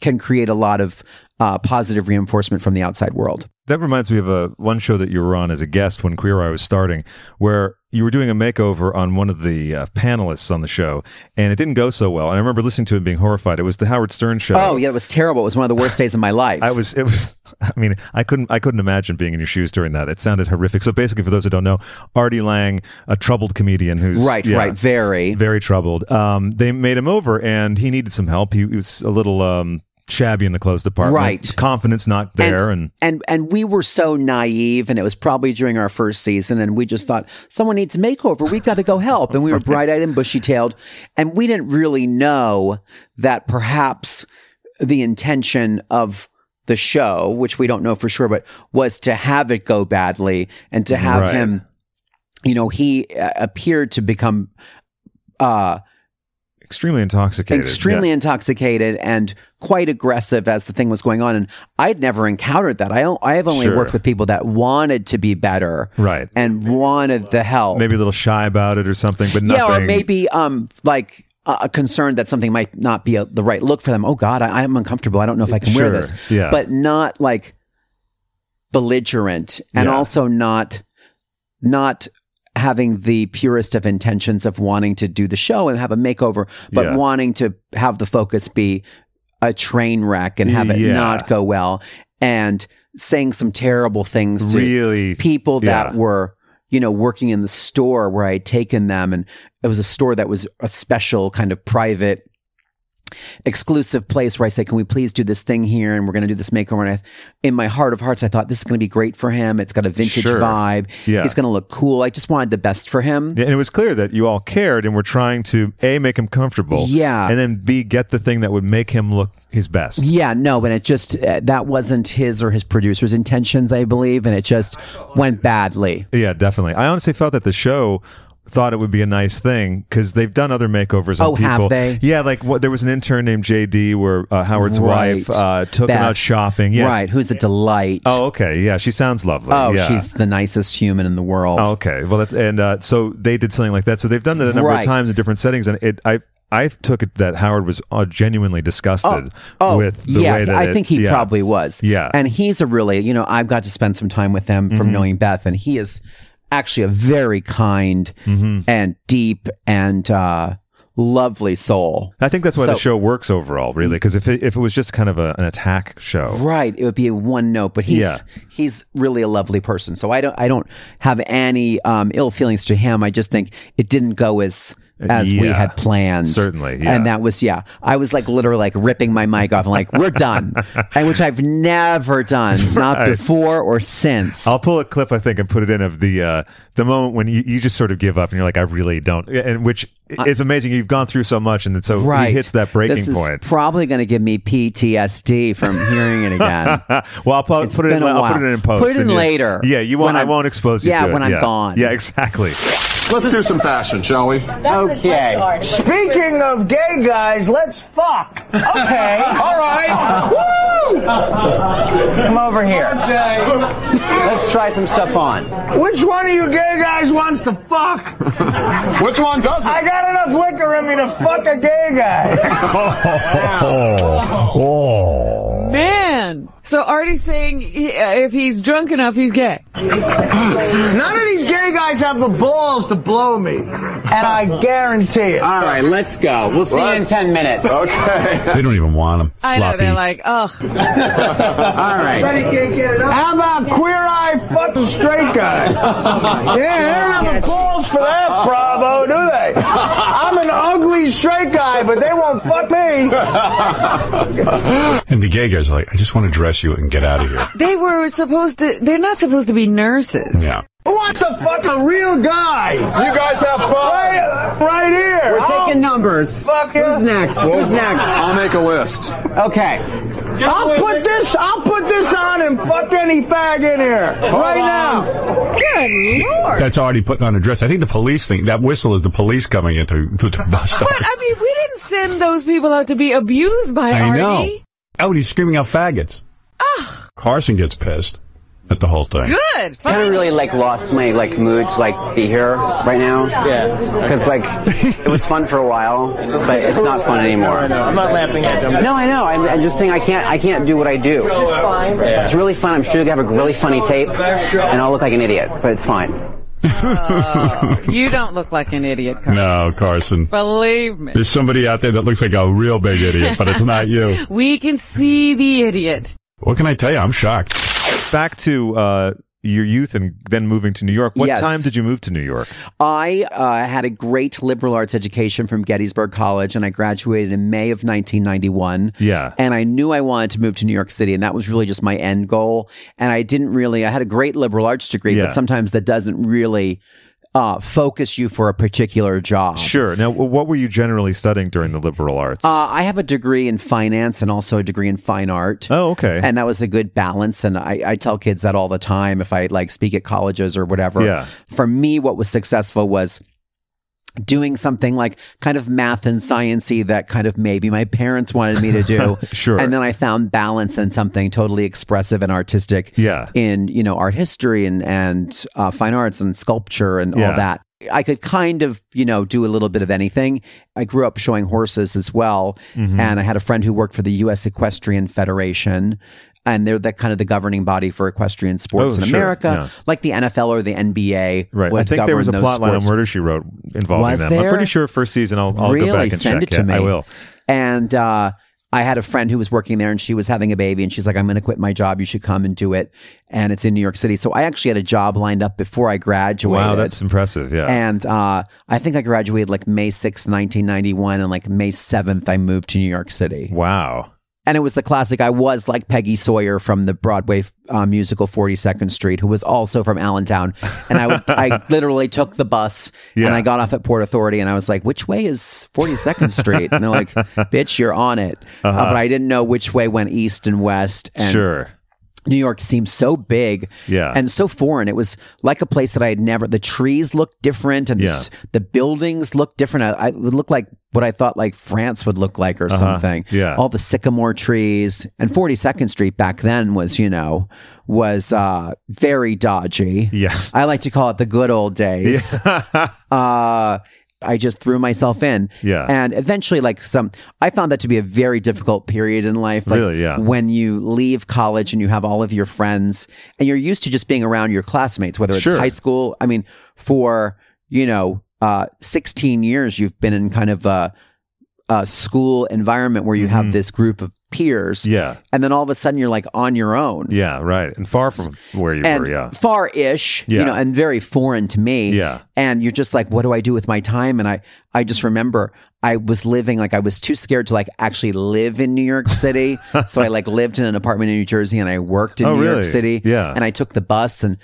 Speaker 4: can create a lot of uh, positive reinforcement from the outside world.
Speaker 1: uh, That reminds me of a one show that you were on as a guest when Queer Eye was starting, where you were doing a makeover on one of the uh, panelists on the show, and it didn't go so well. And I remember listening to it and being horrified. It was the Howard Stern show.
Speaker 4: Oh yeah, it was terrible. It was one of the worst days of my life.
Speaker 1: I was it was I mean I couldn't I couldn't imagine being in your shoes during that. It sounded horrific. So basically for those who don't know, Artie Lang, a troubled comedian who's
Speaker 4: right,
Speaker 1: yeah,
Speaker 4: right, very.
Speaker 1: very troubled. Um they made him over and he needed some help. He, he was a little um shabby in the clothes department.
Speaker 4: Right.
Speaker 1: Confidence not there and,
Speaker 4: and and we were so naive and it was probably during our first season and we just thought someone needs a makeover we've got to go help and we were bright-eyed and bushy-tailed and we didn't really know that perhaps the intention of the show which we don't know for sure but was to have it go badly and to have
Speaker 1: Right.
Speaker 4: him you know he uh, appeared to become uh
Speaker 1: extremely intoxicated.
Speaker 4: extremely
Speaker 1: Yeah.
Speaker 4: intoxicated and quite aggressive as the thing was going on and i'd never encountered that i, o- I have only
Speaker 1: Sure.
Speaker 4: worked with people that wanted to be better
Speaker 1: Right.
Speaker 4: and wanted the help
Speaker 1: maybe a little shy about it or something, but nothing.
Speaker 4: yeah or maybe um like uh, a concern that something might not be a, the right look for them oh god I, i'm uncomfortable i don't know if i can
Speaker 1: Sure.
Speaker 4: wear this
Speaker 1: Yeah.
Speaker 4: but not like belligerent and
Speaker 1: Yeah.
Speaker 4: also not not having the purest of intentions of wanting to do the show and have a makeover but
Speaker 1: Yeah.
Speaker 4: wanting to have the focus be a train wreck and have it
Speaker 1: Yeah.
Speaker 4: not go well and saying some terrible things to
Speaker 1: really
Speaker 4: people that
Speaker 1: Yeah.
Speaker 4: were you know working in the store where I had taken them and it was a store that was a special kind of private exclusive place where I said can we please do this thing here and we're going to do this makeover and I, in my heart of hearts I thought this is going to be great for him it's got a vintage
Speaker 1: Sure.
Speaker 4: vibe
Speaker 1: Yeah.
Speaker 4: he's going to look cool I just wanted the best for him
Speaker 1: Yeah, and it was clear that you all cared and were trying to a make him comfortable,
Speaker 4: Yeah.
Speaker 1: and then b get the thing that would make him look his best.
Speaker 4: Yeah, no, and it just uh, that wasn't his or his producer's intentions, I believe, and it just went badly.
Speaker 1: Yeah, definitely. I honestly felt that the show thought it would be a nice thing because they've done other makeovers on
Speaker 4: Oh,
Speaker 1: people.
Speaker 4: have they?
Speaker 1: Yeah, like what, there was an intern named JD where uh, Howard's
Speaker 4: Right.
Speaker 1: wife uh, took
Speaker 4: Beth.
Speaker 1: him out shopping. Yes.
Speaker 4: Right, who's a delight.
Speaker 1: Oh, okay. Yeah, she sounds lovely.
Speaker 4: Oh,
Speaker 1: yeah.
Speaker 4: she's the nicest human in the world.
Speaker 1: Oh, okay. Well, that's, and uh, so they did something like that. So they've done that a number
Speaker 4: Right.
Speaker 1: of times in different settings, and it I. I took it that Howard was uh, genuinely disgusted
Speaker 4: Oh,
Speaker 1: with the
Speaker 4: yeah,
Speaker 1: way that
Speaker 4: I
Speaker 1: it-
Speaker 4: think he
Speaker 1: yeah.
Speaker 4: probably was.
Speaker 1: Yeah. Mm-hmm.
Speaker 4: and he's a really you know I've got to spend some time with him from knowing Beth, and he is actually a very kind
Speaker 1: Mm-hmm.
Speaker 4: and deep and uh, lovely soul.
Speaker 1: I think that's why the
Speaker 4: So-
Speaker 1: show works overall, really, because if it, if it was just kind of a, an attack show,
Speaker 4: Right, it would be a one note, but he's he's really a lovely person. So I don't I don't have any um, ill feelings to him. I just think it didn't go as as we
Speaker 1: Uh, Yeah.
Speaker 4: had planned.
Speaker 1: Certainly, yeah.
Speaker 4: and that was yeah. I was like literally like ripping my mic off and like we're done, and which I've never done, not before or since.
Speaker 1: I'll pull a clip, I think, and put it in of the uh, the moment when you, you just sort of give up and you're like, I really don't, and which it's amazing. You've gone through so much, and then so
Speaker 4: right,
Speaker 1: he hits that breaking
Speaker 4: This is
Speaker 1: point.
Speaker 4: Probably going to give me PTSD from hearing it again.
Speaker 1: well, I'll put,
Speaker 4: It's
Speaker 1: put it. In,
Speaker 4: been a
Speaker 1: I'll put
Speaker 4: while.
Speaker 1: it in post.
Speaker 4: Put it in
Speaker 1: and you-
Speaker 4: later,
Speaker 1: Yeah, you won't.
Speaker 4: when
Speaker 1: I
Speaker 4: I'm-
Speaker 1: won't expose you.
Speaker 4: Yeah,
Speaker 1: to it.
Speaker 4: when I'm gone.
Speaker 1: Yeah, exactly.
Speaker 5: Let's do some fashion, shall we? Uh,
Speaker 6: Okay. Speaking of gay guys, let's fuck. Okay.
Speaker 5: All right.
Speaker 6: Come over here. Let's try some stuff on. Which one of you gay guys wants to fuck?
Speaker 5: Which one does
Speaker 6: I
Speaker 5: it?
Speaker 6: got enough liquor in me to fuck a gay guy.
Speaker 7: Man. So Artie's saying he, uh, if he's drunk enough, he's gay.
Speaker 6: None of these gay guys have the balls to blow me. And I guarantee it.
Speaker 8: All right, let's go. We'll see you in 10 minutes. All
Speaker 5: Okay.
Speaker 9: They don't even want them.
Speaker 7: I know. They're like, oh,
Speaker 8: right.
Speaker 6: How about queer eye fuck a straight guy? Yeah, they don't have the balls for that, Bravo, do they? I'm an ugly straight guy, but they won't fuck me.
Speaker 9: And the gay guys are like, I just want to dress you and get out of here.
Speaker 7: they were supposed to. They're not supposed to be nurses.
Speaker 9: Yeah.
Speaker 6: Who wants to fuck a real guy?
Speaker 5: You guys have fun.
Speaker 6: Right, right here.
Speaker 8: We're taking numbers.
Speaker 6: fuck you.
Speaker 8: Who's next? Who's next?
Speaker 5: I'll make a list.
Speaker 8: Okay.
Speaker 6: I'll put this. I'll put this on and fuck any fag in here right now.
Speaker 9: That's already putting on a dress. I think the police thing, that whistle is the police coming in to, to, to bust
Speaker 7: But I mean, we didn't send those people out to be abused by
Speaker 9: I
Speaker 7: Artie.
Speaker 9: know. Oh, and he's screaming out faggots. Carson gets pissed at the whole thing.
Speaker 7: Good.
Speaker 8: Kind of really like lost my like mood to like be here right now. Yeah. Because like it was fun for a while, but it's not fun anymore. I'm not laughing at you. No, I know. I'm, I'm just saying I can't. I can't do what I do. Which is fine. It's really fun. I'm sure you have a really funny tape, and I'll look like an idiot, but it's fine.
Speaker 7: you don't look like an idiot. Carson.
Speaker 9: no, Carson.
Speaker 7: Believe me.
Speaker 9: There's somebody out there that looks like a real big idiot, but it's not you.
Speaker 7: We can see the idiot.
Speaker 9: What can I tell you? I'm shocked.
Speaker 1: Back to uh, your youth and then moving to New York. What
Speaker 4: Yes. Oh.
Speaker 1: time did you move to New York?
Speaker 4: I uh, had a great liberal arts education from Gettysburg College, and I graduated in May of 1991.
Speaker 1: Yeah.
Speaker 4: And I knew I wanted to move to New York City, and that was really just my end goal. And I didn't really, I had a great liberal arts degree,
Speaker 1: Yeah.
Speaker 4: but sometimes that doesn't really uh, focus you for a particular job.
Speaker 1: Sure. Now, w- what were you generally studying during the liberal arts?
Speaker 4: Uh, I have a degree in finance and also a degree in fine art.
Speaker 1: oh, okay.
Speaker 4: And that was a good balance. And I, I tell kids that all the time if I like speak at colleges or whatever.
Speaker 1: Yeah.
Speaker 4: For me, what was successful was doing something like kind of math and sciency that kind of maybe my parents wanted me to do.
Speaker 1: Sure.
Speaker 4: And then I found balance in something totally expressive and artistic
Speaker 1: Yeah.
Speaker 4: in, you know, art history and, and uh, fine arts and sculpture and
Speaker 1: Yeah.
Speaker 4: all that. I could kind of, you know, do a little bit of anything. I grew up showing horses as well.
Speaker 1: Mm-hmm.
Speaker 4: And I had a friend who worked for the U.S. Equestrian Federation. And they're the kind of the governing body for equestrian sports
Speaker 1: Oh,
Speaker 4: in
Speaker 1: sure.
Speaker 4: America,
Speaker 1: Yeah.
Speaker 4: like the NFL or the NBA.
Speaker 1: Right. I
Speaker 4: would
Speaker 1: think there was a
Speaker 4: govern those
Speaker 1: plot line on
Speaker 4: sports.
Speaker 1: Murder She Wrote involving
Speaker 4: Was
Speaker 1: them. I'm
Speaker 4: there?
Speaker 1: pretty sure first season. I'll, I'll
Speaker 4: really
Speaker 1: go back and
Speaker 4: send
Speaker 1: check
Speaker 4: it to
Speaker 1: Yeah,
Speaker 4: me.
Speaker 1: I will.
Speaker 4: And uh, I had a friend who was working there, and she was having a baby, and she's like, "I'm going to quit my job. You should come and do it." And it's in New York City, so I actually had a job lined up before I graduated.
Speaker 1: Wow, that's impressive. Yeah.
Speaker 4: And uh, I think I graduated like May 6th, 1991, and like May 7th, I moved to New York City.
Speaker 1: wow.
Speaker 4: And it was the classic. I was like Peggy Sawyer from the Broadway uh, musical 42nd Street, who was also from Allentown. And I, would, I literally took the bus
Speaker 1: Yeah.
Speaker 4: and I got off at Port Authority and I was like, which way is 42nd Street? And they're like, bitch, you're on it. uh but I didn't know which way went east and west. And
Speaker 1: Uh-huh. sure.
Speaker 4: New York seemed so big
Speaker 1: Yeah.
Speaker 4: and so foreign. It was like a place that I had never, the trees looked different and the
Speaker 1: Yeah.
Speaker 4: s- the, buildings looked different. I, I it would look like what I thought like France would look like or something.
Speaker 1: Uh-huh. Yeah.
Speaker 4: All the sycamore trees and 42nd Street back then was, you know, was uh, very dodgy.
Speaker 1: Yeah.
Speaker 4: I like to call it the good old days. uh, I just threw myself in.
Speaker 1: Yeah.
Speaker 4: And eventually, like some, I found that to be a very difficult period in life. Like,
Speaker 1: Really, yeah.
Speaker 4: When you leave college and you have all of your friends and you're used to just being around your classmates, whether it's
Speaker 1: Sure.
Speaker 4: high school, I mean, for, you know, uh, 16 years, you've been in kind of a, a school environment where you have this group of peers.
Speaker 1: Mm-hmm. Yeah.
Speaker 4: And then all of a sudden you're like on your own
Speaker 1: Yeah. Right. And far from where you
Speaker 4: and
Speaker 1: were. Yeah.
Speaker 4: far ish,
Speaker 1: Yeah.
Speaker 4: you know, and very foreign to me.
Speaker 1: Yeah.
Speaker 4: And you're just like, what do I do with my time? And I, I just remember I was living like I was too scared to like actually live in New York City. so I like lived in an apartment in New Jersey and I worked in
Speaker 1: Oh,
Speaker 4: New
Speaker 1: really?
Speaker 4: York City.
Speaker 1: Yeah.
Speaker 4: And I took the bus and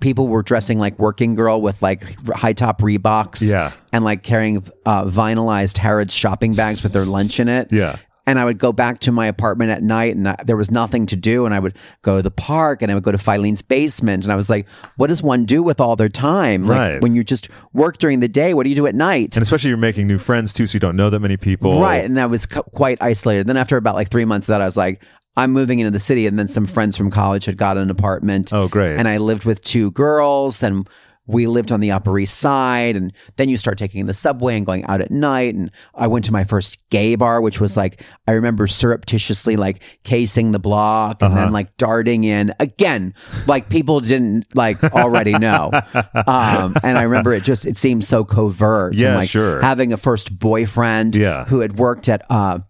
Speaker 4: people were dressing like working girl with like high top Reeboks.
Speaker 1: Yeah.
Speaker 4: And like carrying uh, vinylized Harrods shopping bags with their lunch in it
Speaker 1: Yeah.
Speaker 4: and I would go back to my apartment at night and I, there was nothing to do. And I would go to the park and I would go to Filene's basement. And I was like, what does one do with all their time? Like,
Speaker 1: Right.
Speaker 4: When you just work during the day, what do you do at night?
Speaker 1: And especially you're making new friends too, so you don't know that many people.
Speaker 4: Right. And I was cu- quite isolated. Then after about like three months of that, I was like, I'm moving into the city. And then some friends from college had got an apartment.
Speaker 1: Oh, great.
Speaker 4: And I lived with two girls and we lived on the Upper East Side. And then you start taking the subway and going out at night. And I went to my first gay bar, which was like, I remember surreptitiously like casing the block and
Speaker 1: Uh-huh.
Speaker 4: then like darting in again, like people didn't like already know. um, and I remember it just, it seemed so covert.
Speaker 1: Yeah,
Speaker 4: and, like,
Speaker 1: sure.
Speaker 4: Having a first boyfriend
Speaker 1: Yeah.
Speaker 4: who had worked at uh,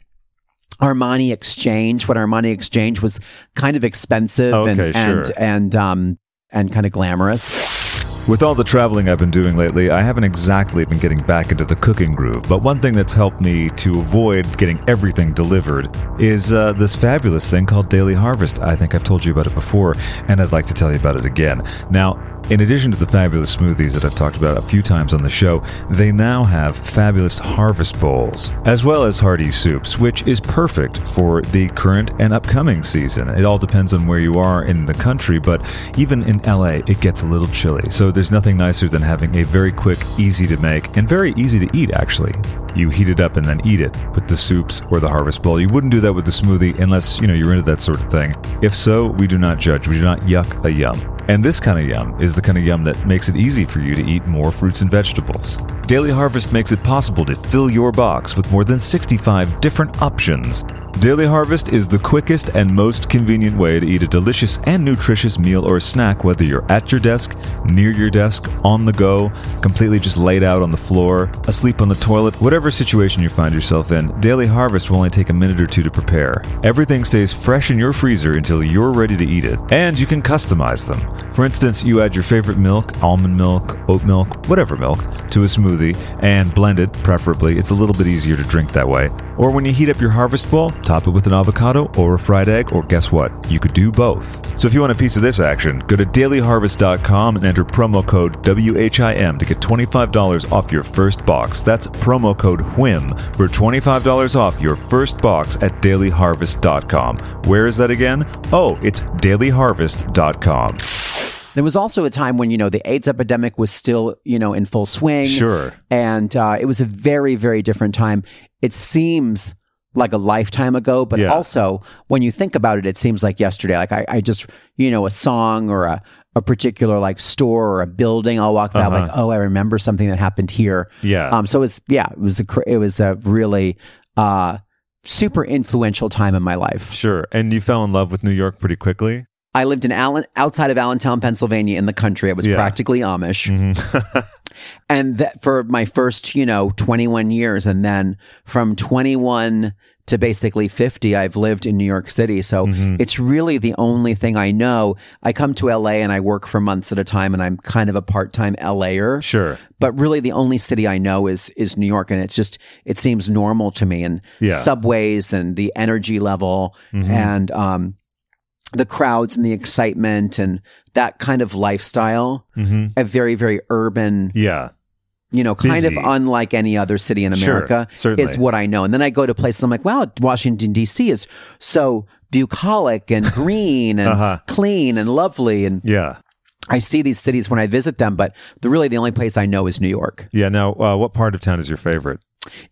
Speaker 4: Armani Exchange when Armani Exchange was kind of expensive
Speaker 1: Okay,
Speaker 4: and and
Speaker 1: sure.
Speaker 4: and um and kind of glamorous.
Speaker 1: With all the traveling I've been doing lately, I haven't exactly been getting back into the cooking groove, but one thing that's helped me to avoid getting everything delivered is uh, this fabulous thing called Daily Harvest. I think I've told you about it before, and I'd like to tell you about it again. Now, in addition to the fabulous smoothies that I've talked about a few times on the show, they now have fabulous harvest bowls, as well as hearty soups, which is perfect for the current and upcoming season. It all depends on where you are in the country, but even in LA, it gets a little chilly. So there's nothing nicer than having a very quick, easy to make, and very easy to eat, actually. You heat it up and then eat it with the soups or the harvest bowl. You wouldn't do that with the smoothie unless, you know, you're into that sort of thing. If so, we do not judge. We do not yuck a yum. And this kind of yum is the kind of yum that makes it easy for you to eat more fruits and vegetables. Daily Harvest makes it possible to fill your box with more than 65 different options Daily Harvest is the quickest and most convenient way to eat a delicious and nutritious meal or snack, whether you're at your desk, near your desk, on the go, completely just laid out on the floor, asleep on the toilet, whatever situation you find yourself in. Daily Harvest will only take a minute or two to prepare. Everything stays fresh in your freezer until you're ready to eat it, and you can customize them. For instance, you add your favorite milk, almond milk, oat milk, whatever milk, to a smoothie and blend it, preferably. It's a little bit easier to drink that way. Or when you heat up your harvest bowl, top it with an avocado or a fried egg, or guess what? You could do both. So if you want a piece of this action, go to dailyharvest.com and enter promo code WHIM to get $25 off your first box. That's promo code WHIM for $25 off your first box at dailyharvest.com. Where is that again? Oh, it's dailyharvest.com.
Speaker 4: There was also a time when you know the AIDS epidemic was still you know in full swing.
Speaker 1: Sure.
Speaker 4: and uh, it was a very very different time. It seems like a lifetime ago, but
Speaker 1: Yeah.
Speaker 4: also when you think about it, it seems like yesterday. Like I, I just you know a song or a a particular like store or a building, I'll walk that like oh I remember something that happened here.
Speaker 1: Uh-huh. Yeah.
Speaker 4: Um. So it's yeah it was a cr- it was a really uh super influential time in my life.
Speaker 1: Sure. And you fell in love with New York pretty quickly?
Speaker 4: I lived in Allen, outside of Allentown, Pennsylvania, in the country. I was
Speaker 1: Yeah.
Speaker 4: practically Amish, and that for my first, you know, twenty-one years, and then from twenty-one to basically fifty, I've lived in New York City. So it's really the only thing I know. I come to LA and I work for months at a time, and I'm kind of a part-time LAer.
Speaker 1: Sure.
Speaker 4: But really, the only city I know is is New York, and it's just it seems normal to me. And
Speaker 1: Yeah. Mm-hmm.
Speaker 4: subways and the energy level and um, the crowds and the excitement and that kind of lifestyle. A very, very urban,
Speaker 1: Mm-hmm. Yeah.
Speaker 4: you know, kind
Speaker 1: Busy.
Speaker 4: of unlike any other city in
Speaker 1: Sure,
Speaker 4: America
Speaker 1: certainly.
Speaker 4: is what I know. And then I go to places, I'm like, wow, Washington, D.C. is so bucolic and green and
Speaker 1: Uh-huh.
Speaker 4: clean and lovely. And
Speaker 1: Yeah.
Speaker 4: I see these cities when I visit them, but the, really the only place I know is New York.
Speaker 1: Yeah. Now, uh, what part of town is your favorite?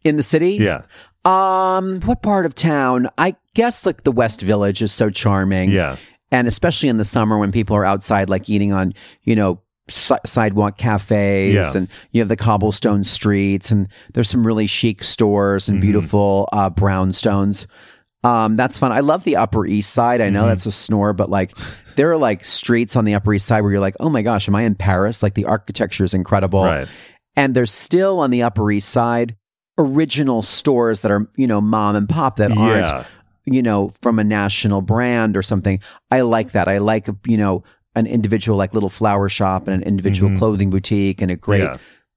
Speaker 4: In the city?
Speaker 1: Yeah.
Speaker 4: Um, what part of town? I guess like the West Village is so charming.
Speaker 1: Yeah.
Speaker 4: And especially in the summer when people are outside, like eating on, you know, si- sidewalk cafes
Speaker 1: Yeah.
Speaker 4: and you have the cobblestone streets and there's some really chic stores
Speaker 1: Mm-hmm.
Speaker 4: and beautiful uh, brownstones. Um, that's fun. I love the Upper East Side. I know
Speaker 1: Mm-hmm.
Speaker 4: that's a snore, but like there are like streets on the Upper East Side where you're like, oh my gosh, am I in Paris? Like the architecture is incredible
Speaker 1: Right.
Speaker 4: and there's still on the Upper East Side original stores that are you know mom and pop that
Speaker 1: Yeah.
Speaker 4: aren't you know from a national brand or something. I like that. I like you know an individual like little flower shop and an individual clothing boutique and a great
Speaker 1: Mm-hmm.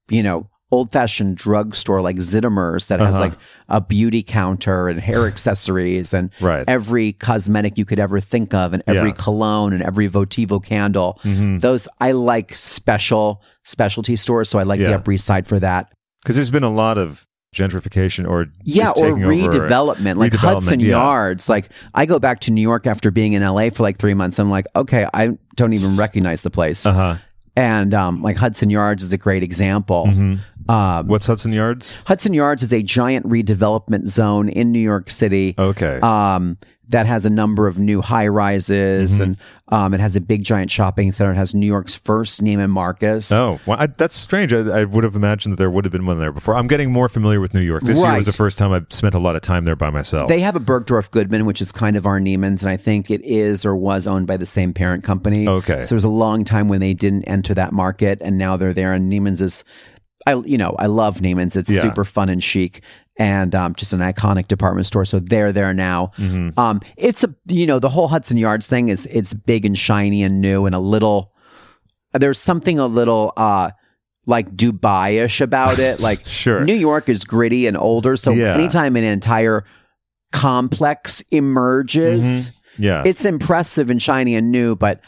Speaker 1: Yeah.
Speaker 4: you know old fashioned drugstore like Zittimer's that
Speaker 1: Uh-huh.
Speaker 4: has like a beauty counter and hair accessories and
Speaker 1: Right.
Speaker 4: every cosmetic you could ever think of and every
Speaker 1: Yeah.
Speaker 4: cologne and every Votivo candle.
Speaker 1: Mm-hmm.
Speaker 4: Those I like special specialty stores, so I like
Speaker 1: Yeah.
Speaker 4: the Upper East Side for that.
Speaker 1: Because there's been a lot of gentrification or
Speaker 4: Yeah,
Speaker 1: just
Speaker 4: or
Speaker 1: taking over-
Speaker 4: redevelopment, like
Speaker 1: redevelopment,
Speaker 4: Hudson
Speaker 1: yeah.
Speaker 4: Yards. Like I go back to New York after being in LA for like three months. I'm like, okay, I don't even recognize the place.
Speaker 1: Uh-huh.
Speaker 4: And um, like Hudson Yards is a great example.
Speaker 1: Mm-hmm.
Speaker 4: Um,
Speaker 1: What's Hudson Yards?
Speaker 4: Hudson Yards is a giant redevelopment zone in New York City.
Speaker 1: Okay.
Speaker 4: um, that has a number of new high rises
Speaker 1: Mm-hmm.
Speaker 4: and um, it has a big giant shopping center. It has New York's first Neiman Marcus.
Speaker 1: oh, well, I, that's strange. I, I would have imagined that there would have been one there before. I'm getting more familiar with New York. This year was
Speaker 4: Right.
Speaker 1: the first time I spent a lot of time there by myself.
Speaker 4: They have a Bergdorf Goodman, which is kind of our Neiman's, and I think it is or was owned by the same parent company.
Speaker 1: Okay.
Speaker 4: So it was a long time when they didn't enter that market, and now they're there. And Neiman's is, I you know, I love Neiman's. It's
Speaker 1: Yeah.
Speaker 4: super fun and chic, and um, just an iconic department store. So they're there now.
Speaker 1: Mm-hmm.
Speaker 4: Um, it's a you know the whole Hudson Yards thing is it's big and shiny and new and a little there's something a little uh like Dubai-ish about it. Like
Speaker 1: Sure.
Speaker 4: New York is gritty and older. So
Speaker 1: Yeah.
Speaker 4: anytime an entire complex emerges,
Speaker 1: Mm-hmm. yeah.
Speaker 4: it's impressive and shiny and new, but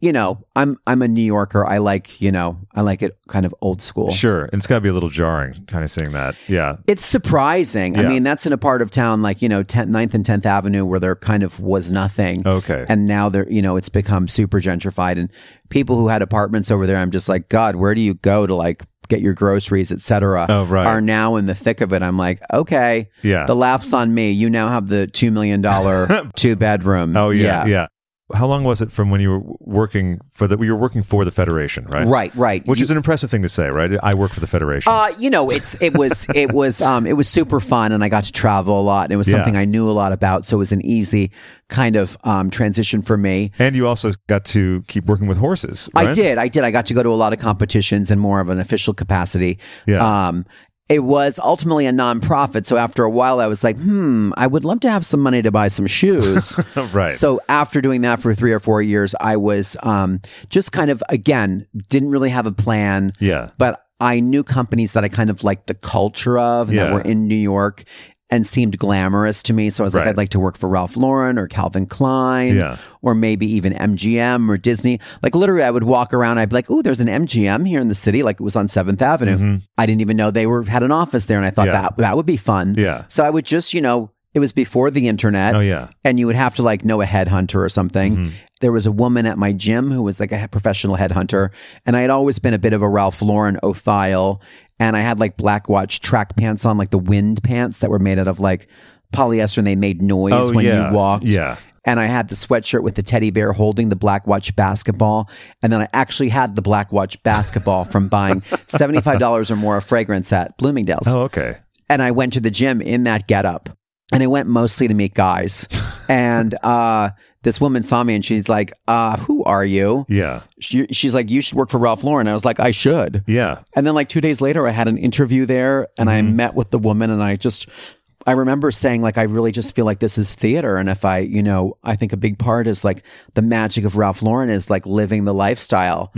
Speaker 4: you know, I'm I'm a New Yorker. I like, you know, I like it kind of old school.
Speaker 1: sure. And it's got to be a little jarring kind of seeing that. Yeah.
Speaker 4: It's surprising.
Speaker 1: Yeah.
Speaker 4: I mean, that's in a part of town like, you know, 10th, 9th and 10th Avenue where there kind of was nothing.
Speaker 1: Okay.
Speaker 4: And now they're, you know, it's become super gentrified. And people who had apartments over there, I'm just like, God, where do you go to like get your groceries, et cetera?
Speaker 1: Oh, right.
Speaker 4: Are now in the thick of it. I'm like, okay.
Speaker 1: Yeah.
Speaker 4: The laugh's on me. You now have the $2 million two bedroom.
Speaker 1: oh, yeah. Yeah. how long was it from when you were working for the you were working for the federation, right?
Speaker 4: Right, right.
Speaker 1: Which is an impressive thing to say, right? I work for the federation.
Speaker 4: Uh, you know, it's it was it was um it was super fun, and I got to travel a lot, and it was
Speaker 1: Yeah.
Speaker 4: something I knew a lot about, so it was an easy kind of um transition for me.
Speaker 1: and you also got to keep working with horses.
Speaker 4: I
Speaker 1: right?
Speaker 4: did. I did. I got to go to a lot of competitions in more of an official capacity.
Speaker 1: Yeah.
Speaker 4: Um, it was ultimately a nonprofit. So after a while, I was like, hmm, I would love to have some money to buy some shoes.
Speaker 1: Right.
Speaker 4: So after doing that for three or four years, I was um, just kind of, again, didn't really have a plan.
Speaker 1: Yeah.
Speaker 4: But I knew companies that I kind of liked the culture of and
Speaker 1: Yeah.
Speaker 4: that were in New York and seemed glamorous to me. So I was like,
Speaker 1: Right.
Speaker 4: I'd like to work for Ralph Lauren or Calvin Klein
Speaker 1: Yeah.
Speaker 4: or maybe even MGM or Disney. Like literally, I would walk around. I'd be like, "Oh, there's an MGM here in the city. Like it was on Seventh Avenue. I didn't even know they were had an office there, and I thought
Speaker 1: Mm-hmm. Yeah.
Speaker 4: that that would be fun.
Speaker 1: Yeah.
Speaker 4: So I would just, you know, it was before the internet.
Speaker 1: Oh, yeah.
Speaker 4: And you would have to like know a headhunter or something.
Speaker 1: Mm-hmm.
Speaker 4: There was a woman at my gym who was like a he- professional headhunter, and I had always been a bit of a Ralph Lauren ophile, and I had like black watch track pants on, like the wind pants that were made out of like polyester, and they made noise
Speaker 1: Oh,
Speaker 4: when
Speaker 1: yeah.
Speaker 4: you walked
Speaker 1: Yeah.
Speaker 4: and I had the sweatshirt with the teddy bear holding the Black Watch basketball. And then I actually had the Black Watch basketball from buying $75 or more of fragrance at Bloomingdale's.
Speaker 1: Oh, okay.
Speaker 4: And I went to the gym in that getup. And I went mostly to meet guys. and uh, this woman saw me and she's like, uh, Who are you?
Speaker 1: Yeah.
Speaker 4: She, she's like, You should work for Ralph Lauren. I was like, I should.
Speaker 1: Yeah.
Speaker 4: And then like two days later, I had an interview there and I met with the woman and I just, I remember saying like, I really just feel like this is theater. And if I, you know, I think a big part is like the magic of Ralph Lauren is like living the lifestyle.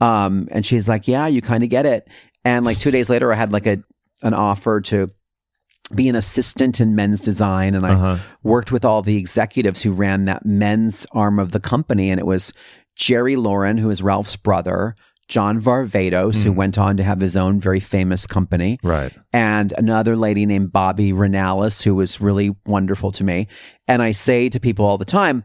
Speaker 4: Um, and she's like, yeah, you kind of get it. And like two days later, I had like a, an offer to be an assistant in men's design and I worked with all the executives who ran that men's arm of the company and it was Jerry Lauren who is Ralph's brother John Varvatos who went on to have his own very famous company
Speaker 1: Right.
Speaker 4: and another lady named Bobby Renalis who was really wonderful to me and I say to people all the time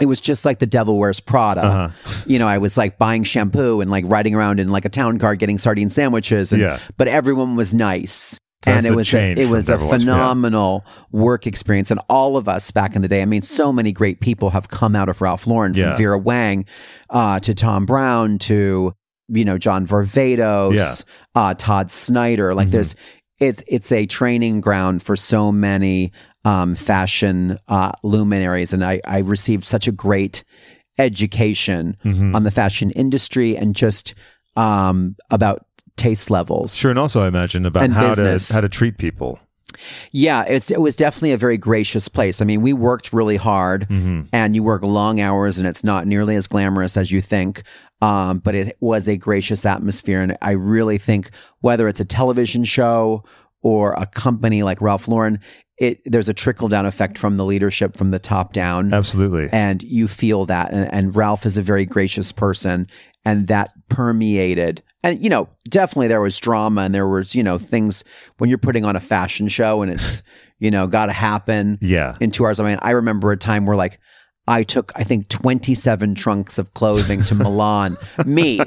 Speaker 4: it was just like the devil wears Prada.
Speaker 1: Uh-huh.
Speaker 4: you know, I was like buying shampoo and like riding around in like a town car getting sardine sandwiches. And,
Speaker 1: Yeah.
Speaker 4: But everyone was nice.
Speaker 1: So that's
Speaker 4: and
Speaker 1: the
Speaker 4: it was a,
Speaker 1: change
Speaker 4: it
Speaker 1: from
Speaker 4: was a
Speaker 1: Devil Wears Prada.
Speaker 4: phenomenal work experience, and all of us back in the day. I mean, so many great people have come out of Ralph Lauren,
Speaker 1: Yeah.
Speaker 4: from Vera Wang uh, to Tom Brown to you know John Varvatos,
Speaker 1: Yeah. Mm-hmm.
Speaker 4: uh, Todd Snyder. Like there's it's it's a training ground for so many um, fashion uh, luminaries, and I I received such a great education
Speaker 1: Mm-hmm.
Speaker 4: on the fashion industry and just um, about taste levels.
Speaker 1: Sure. And also, I imagine about
Speaker 4: And
Speaker 1: how
Speaker 4: business.
Speaker 1: to how to treat people.
Speaker 4: Yeah, it's, it was definitely a very gracious place. I mean, we worked really hard,
Speaker 1: Mm. Mm-hmm.
Speaker 4: and you work long hours, and it's not nearly as glamorous as you think. Um, but it was a gracious atmosphere, and I really think whether it's a television show or a company like Ralph Lauren, it there's a trickle down effect from the leadership from the top down
Speaker 1: Absolutely.
Speaker 4: and you feel that and, and ralph is a very gracious person and that permeated and you know definitely there was drama and there was you know things when you're putting on a fashion show and it's you know gotta happen
Speaker 1: Yeah.
Speaker 4: in two hours i mean i remember a time where like i took i think 27 trunks of clothing to milan me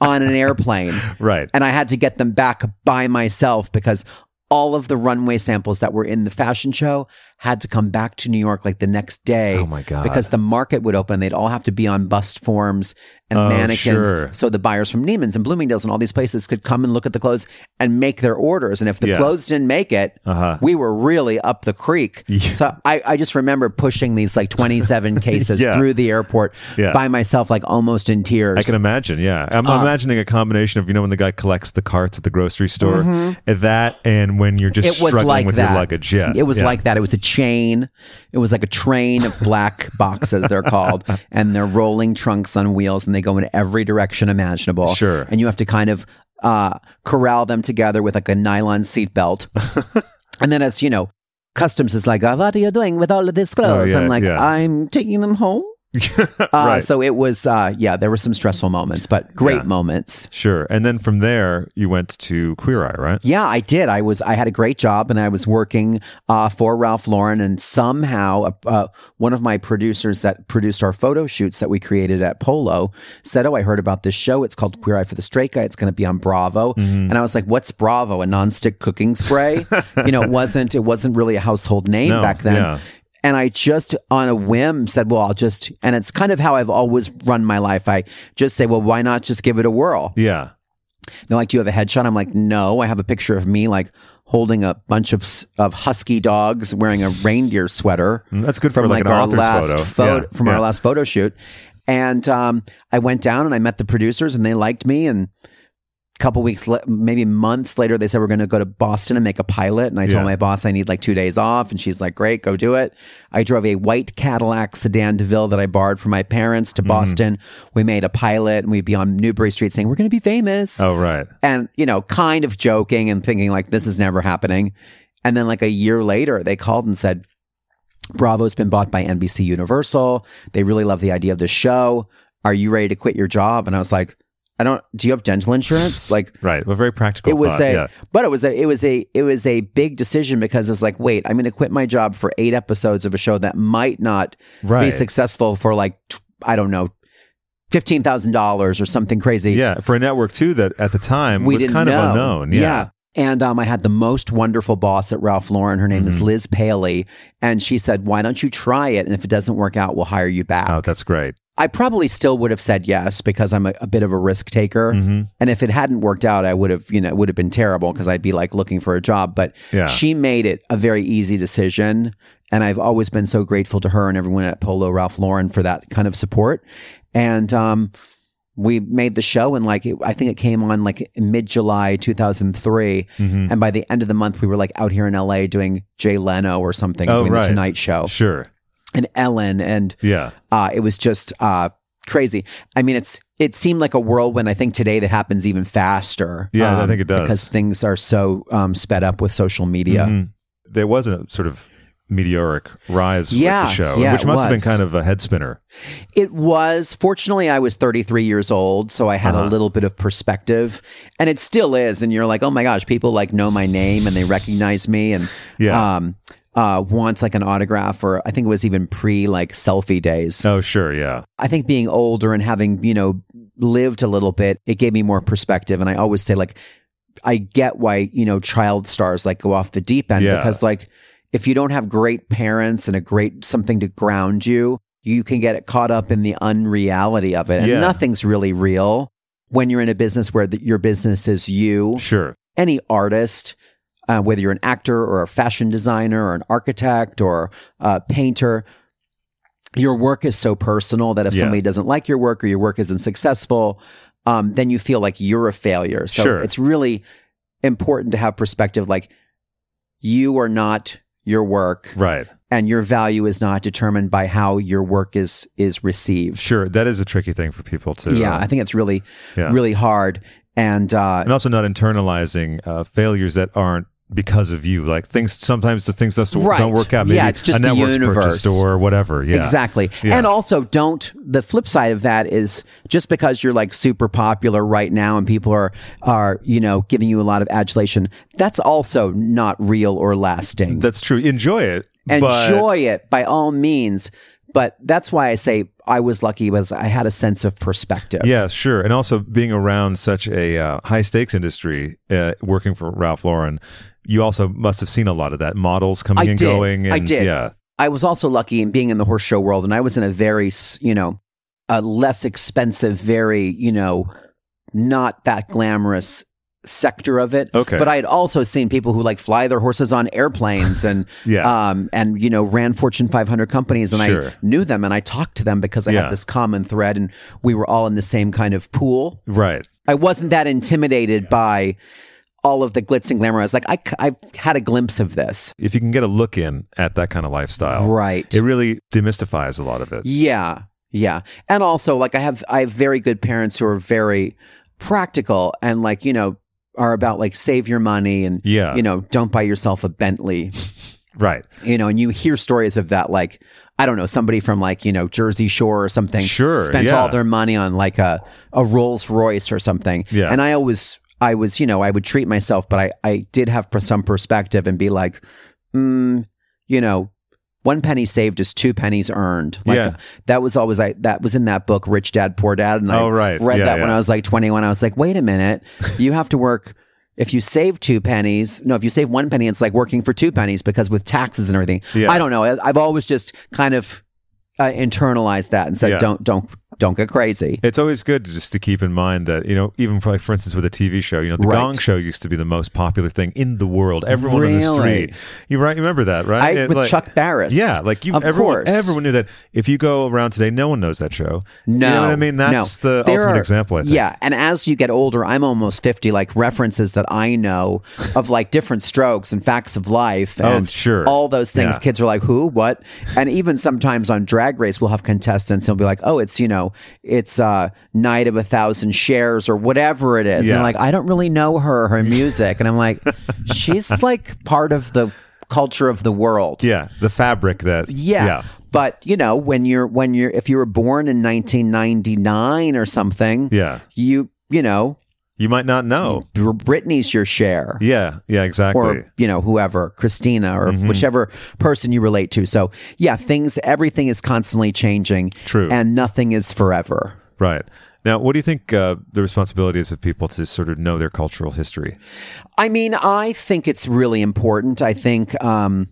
Speaker 4: on an airplane
Speaker 1: Right.
Speaker 4: and I had to get them back by myself because all of the runway samples that were in the fashion show had to come back to New York like the next day.
Speaker 1: Oh, my God.
Speaker 4: Because the market would open, they'd all have to be on bust forms and
Speaker 1: Oh,
Speaker 4: mannequins,
Speaker 1: sure.
Speaker 4: so the buyers from Neiman's and Bloomingdale's and all these places could come and look at the clothes and make their orders. And if the
Speaker 1: Yeah.
Speaker 4: clothes didn't make it,
Speaker 1: Uh-huh.
Speaker 4: we were really up the creek. So I, I just remember pushing these like twenty seven cases
Speaker 1: Yeah.
Speaker 4: through the airport
Speaker 1: Yeah.
Speaker 4: by myself, like almost in tears.
Speaker 1: I can imagine. Yeah, I'm
Speaker 4: Uh.
Speaker 1: imagining a combination of you know when the guy collects the carts at the grocery store, that, and when you're just
Speaker 4: Mm-hmm. it was
Speaker 1: struggling
Speaker 4: like
Speaker 1: with
Speaker 4: that.
Speaker 1: your luggage. Yeah,
Speaker 4: it was
Speaker 1: Yeah.
Speaker 4: like that. It was a chain. It was like a train of black boxes. They're called, and they're rolling trunks on wheels, and they go in every direction imaginable.
Speaker 1: Sure.
Speaker 4: and you have to kind of uh, corral them together with like a nylon seatbelt, and then it's you know, customs is like, "Uh, "What are you doing with all of this clothes?"
Speaker 1: Oh, yeah,
Speaker 4: I'm like,
Speaker 1: yeah.
Speaker 4: "I'm taking them home." uh,
Speaker 1: Right.
Speaker 4: So it was, uh, yeah, there were some stressful moments, but great
Speaker 1: Yeah.
Speaker 4: moments.
Speaker 1: sure. And then from there, you went to Queer Eye, right?
Speaker 4: Yeah, I did. I was I had a great job, and I was working uh, for Ralph Lauren, and somehow uh, uh, one of my producers that produced our photo shoots that we created at Polo said, "Oh, I heard about this show. It's called Queer Eye for the Straight Guy. It's going to be on Bravo."
Speaker 1: Mm-hmm.
Speaker 4: And I was like, "What's Bravo? A nonstick cooking spray?" you know, it wasn't. It wasn't really a household name
Speaker 1: No,
Speaker 4: back then.
Speaker 1: yeah.
Speaker 4: And I just on a whim said, well, I'll just, and it's kind of how I've always run my life. I just say, well, why not just give it a whirl?
Speaker 1: Yeah.
Speaker 4: They're like, do you have a headshot? I'm like, no, I have a picture of me like holding a bunch of s- of husky dogs wearing a reindeer sweater.
Speaker 1: Mm, That's good for, like, an
Speaker 4: our
Speaker 1: author's
Speaker 4: last
Speaker 1: photo.
Speaker 4: pho-
Speaker 1: Yeah,
Speaker 4: From
Speaker 1: yeah.
Speaker 4: our last photo shoot. And um, I went down and I met the producers and they liked me. And a couple weeks, la- maybe months later, they said, we're going to go to Boston and make a pilot. And I
Speaker 1: Yeah.
Speaker 4: told my boss I need like two days off. And she's like, great, go do it. I drove a white Cadillac sedan DeVille that I borrowed from my parents to
Speaker 1: Mm-hmm.
Speaker 4: Boston. We made a pilot and we'd be on Newbury Street saying, we're going to be famous
Speaker 1: Oh, right.
Speaker 4: and you know kind of joking and thinking like this is never happening and then like a year later they called and said bravo's been bought by nbc universal they really love the idea of the show are you ready to quit your job and i was like i don't do you have dental insurance like
Speaker 1: Right. A very practical
Speaker 4: it was
Speaker 1: thought.
Speaker 4: a
Speaker 1: yeah.
Speaker 4: but it was a it was a it was a big decision because it was like wait i'm going to quit my job for eight episodes of a show that might not be
Speaker 1: Right.
Speaker 4: successful for like t- i don't know $15000 or something crazy
Speaker 1: Yeah. For a network, too, that at the time was kind of unknown. Yeah.
Speaker 4: And um, I had the most wonderful boss at Ralph Lauren. Her name is
Speaker 1: Mm-hmm.
Speaker 4: Liz Paley. And she said, Why don't you try it? And if it doesn't work out, we'll hire you back.
Speaker 1: Oh, that's great.
Speaker 4: I probably still would have said yes because I'm a, a bit of a risk taker.
Speaker 1: Mm-hmm.
Speaker 4: And if it hadn't worked out, I would have, you know, it would have been terrible because I'd be like looking for a job. But
Speaker 1: Yeah.
Speaker 4: she made it a very easy decision. And I've always been so grateful to her and everyone at Polo Ralph Lauren for that kind of support. And um, we made the show and like it, I think it came on like mid July 2003.
Speaker 1: Mm-hmm.
Speaker 4: And by the end of the month, we were like out here in LA doing Jay Leno or something,
Speaker 1: Oh,
Speaker 4: doing
Speaker 1: right.
Speaker 4: the Tonight Show
Speaker 1: Sure.
Speaker 4: and Ellen and
Speaker 1: Yeah.
Speaker 4: uh, it was just uh, crazy. I mean, it's it seemed like a whirlwind. I think today that happens even faster.
Speaker 1: Yeah, I think it does.
Speaker 4: Um, because things are so um, sped up with social media.
Speaker 1: Mhm. There was a sort of meteoric rise
Speaker 4: Yeah,
Speaker 1: with the show,
Speaker 4: yeah,
Speaker 1: which
Speaker 4: it
Speaker 1: must have been
Speaker 4: was.
Speaker 1: kind of a head spinner.
Speaker 4: It was fortunately I was 33 years old, so I had a little bit of perspective, and it still is. And you're like, oh my gosh, people like know my name and they recognize me, and
Speaker 1: Yeah.
Speaker 4: um, uh, wants like an autograph, or I think it was even pre like selfie days.
Speaker 1: Oh, sure. Yeah.
Speaker 4: I think being older and having, you know, lived a little bit, it gave me more perspective. And I always say, like, I get why, you know, child stars like go off the deep end
Speaker 1: Yeah.
Speaker 4: because, like, if you don't have great parents and a great something to ground you, you can get caught up in the unreality of it. And
Speaker 1: Yeah.
Speaker 4: nothing's really real when you're in a business where the, your business is you
Speaker 1: Sure.
Speaker 4: any artist, uh, whether you're an actor or a fashion designer or an architect or a painter, your work is so personal that if
Speaker 1: Yeah.
Speaker 4: somebody doesn't like your work or your work isn't successful, um, then you feel like you're a failure. So
Speaker 1: Sure.
Speaker 4: it's really important to have perspective like you are not your work
Speaker 1: Right.
Speaker 4: and your value is not determined by how your work is is received.
Speaker 1: Sure. That is a tricky thing for people to.
Speaker 4: Yeah,
Speaker 1: uh,
Speaker 4: I think it's really
Speaker 1: Yeah.
Speaker 4: really hard and uh
Speaker 1: and also not internalizing uh, failures that aren't because of you. Like things, sometimes the things just
Speaker 4: Right.
Speaker 1: don't work out. Maybe
Speaker 4: Yeah, it's just
Speaker 1: a
Speaker 4: the
Speaker 1: network's
Speaker 4: universe.
Speaker 1: purchased or whatever. Yeah.
Speaker 4: Exactly.
Speaker 1: Yeah.
Speaker 4: And also don't the flip side of that is just because you're like super popular right now and people are are, you know, giving you a lot of adulation, that's also not real or lasting.
Speaker 1: That's true. Enjoy it. but-
Speaker 4: Enjoy it by all means, but that's why I say I was lucky was I had a sense of perspective.
Speaker 1: Yeah, sure. And also being around such a uh, high stakes industry, uh, working for Ralph Lauren, you also must have seen a lot of that. Models coming
Speaker 4: I
Speaker 1: and
Speaker 4: did.
Speaker 1: going. And,
Speaker 4: I did.
Speaker 1: Yeah.
Speaker 4: I was also lucky in being in the horse show world, and I was in a very, s- you know, a less expensive, very, you know, not that glamorous sector of it.
Speaker 1: Okay.
Speaker 4: But I had also seen people who like fly their horses on airplanes and,
Speaker 1: Yeah.
Speaker 4: um, and, you know, ran Fortune 500 companies, and
Speaker 1: Sure.
Speaker 4: I knew them and I talked to them because I
Speaker 1: Yeah.
Speaker 4: had this common thread, and we were all in the same kind of pool.
Speaker 1: Right.
Speaker 4: I wasn't that intimidated by all of the glitz and glamour. I was like, I, c- I had a glimpse of this.
Speaker 1: If you can get a look in at that kind of lifestyle,
Speaker 4: Right.
Speaker 1: it really demystifies a lot of it.
Speaker 4: Yeah. Yeah. And also like I have I have very good parents who are very practical and like, you know, are about like save your money and
Speaker 1: Yeah.
Speaker 4: you know, don't buy yourself a Bentley.
Speaker 1: Right.
Speaker 4: You know, and you hear stories of that like I don't know, somebody from like, you know, Jersey Shore or something
Speaker 1: Sure,
Speaker 4: spent
Speaker 1: yeah.
Speaker 4: all their money on like a a Rolls Royce or something.
Speaker 1: Yeah.
Speaker 4: And I always I was, you know, I would treat myself, but I I did have per- some perspective and be like, mm, you know, one penny saved is two pennies earned. Like,
Speaker 1: Yeah.
Speaker 4: that was always I that was in that book, Rich Dad Poor Dad, and I
Speaker 1: Oh, right.
Speaker 4: read
Speaker 1: Yeah,
Speaker 4: that when
Speaker 1: yeah.
Speaker 4: I was like 21. I was like, wait a minute, you have to work if you save two pennies, no, if you save one penny, it's like working for two pennies because with taxes and everything.
Speaker 1: Yeah.
Speaker 4: I don't know. I- I've always just kind of uh, internalized that and said,
Speaker 1: Yeah.
Speaker 4: don't, don't, don't get crazy.
Speaker 1: It's always good just to keep in mind that you know, even for, like, for instance with a TV show, you know, the
Speaker 4: Right.
Speaker 1: Gong Show used to be the most popular thing in the world. Everyone on the
Speaker 4: Really?
Speaker 1: street, you right? Remember that, right?
Speaker 4: I- with Chuck Barris.
Speaker 1: Yeah, like you,
Speaker 4: Of
Speaker 1: everyone,
Speaker 4: course.
Speaker 1: everyone knew that. If you go around today, no one knows that show.
Speaker 4: No,
Speaker 1: you know what I mean.
Speaker 4: no.
Speaker 1: That's the
Speaker 4: There
Speaker 1: ultimate
Speaker 4: are-
Speaker 1: example. I think.
Speaker 4: Yeah, and as you get older, I'm almost fifty. Like references that I know of, like different strokes and facts of life,
Speaker 1: Oh,
Speaker 4: and
Speaker 1: sure.
Speaker 4: all those things.
Speaker 1: Yeah.
Speaker 4: Kids are like, "Who? What?" And even sometimes on Drag Race, we'll have contestants and we'll be like, "Oh, it's you know, it's uh, Night of a Thousand Shares or whatever it is." And
Speaker 1: Yeah.
Speaker 4: they're like, "I don't really know her, her music," and I'm like, "She's like part of the culture of the world."
Speaker 1: yeah, the fabric that.
Speaker 4: Yeah. But you know, when you're when you're if you were born in 1999 or something,
Speaker 1: Yeah.
Speaker 4: you you know,
Speaker 1: you might not know.
Speaker 4: Br- Britney's your share.
Speaker 1: Yeah, yeah, Mm-hmm. exactly.
Speaker 4: Mm. Or you know whoever Christina or whichever person you relate to. So yeah, things everything is constantly changing.
Speaker 1: True.
Speaker 4: and nothing is forever.
Speaker 1: right now, what do you think uh, the responsibility is of people to sort of know their cultural history?
Speaker 4: I mean, I think it's really important. I think um,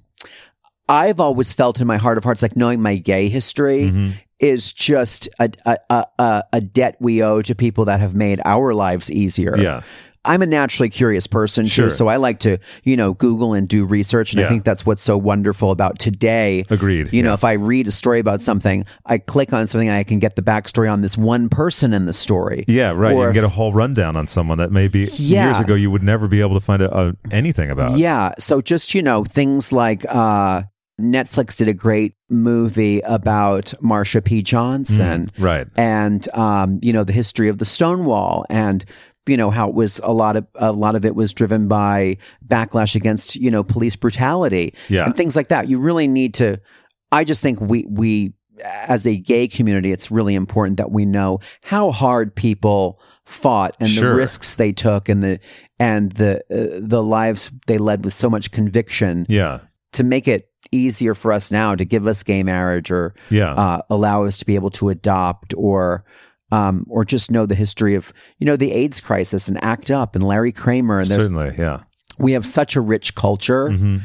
Speaker 4: I've always felt in my heart of hearts like knowing my gay history
Speaker 1: Mm-hmm.
Speaker 4: is just a, a, a- a, a debt we owe to people that have made our lives easier.
Speaker 1: Yeah.
Speaker 4: I'm a naturally curious person
Speaker 1: Sure.
Speaker 4: too, so I like to, you know, Google and do research, and
Speaker 1: Yeah.
Speaker 4: I think that's what's so wonderful about today.
Speaker 1: Agreed,
Speaker 4: You
Speaker 1: yeah.
Speaker 4: know, if I read a story about something, I click on something, and I can get the backstory on this one person in the story.
Speaker 1: Yeah, right. you
Speaker 4: Or
Speaker 1: can
Speaker 4: if-
Speaker 1: get a whole rundown on someone that maybe
Speaker 4: Yeah.
Speaker 1: years ago you would never be able to find a, a, anything about.
Speaker 4: Yeah. So just, you know, things like uh, Netflix did a great movie about Marsha P. Johnson.
Speaker 1: right.
Speaker 4: And, um, you know, the history of the Stonewall and, you know how it was a lot of a lot of it was driven by backlash against you know police brutality
Speaker 1: Yeah.
Speaker 4: and things like that. You really need to. I just think we we as a gay community, it's really important that we know how hard people fought and
Speaker 1: Sure.
Speaker 4: the risks they took and the and the uh, the lives they led with so much conviction
Speaker 1: Yeah.
Speaker 4: to make it easier for us now to give us gay marriage or
Speaker 1: Yeah.
Speaker 4: uh, allow us to be able to adopt or um, or just know the history of you know the AIDS crisis and ACT UP and Larry Kramer and there's
Speaker 1: Certainly. Yeah.
Speaker 4: we have such a rich culture
Speaker 1: Mm-hmm.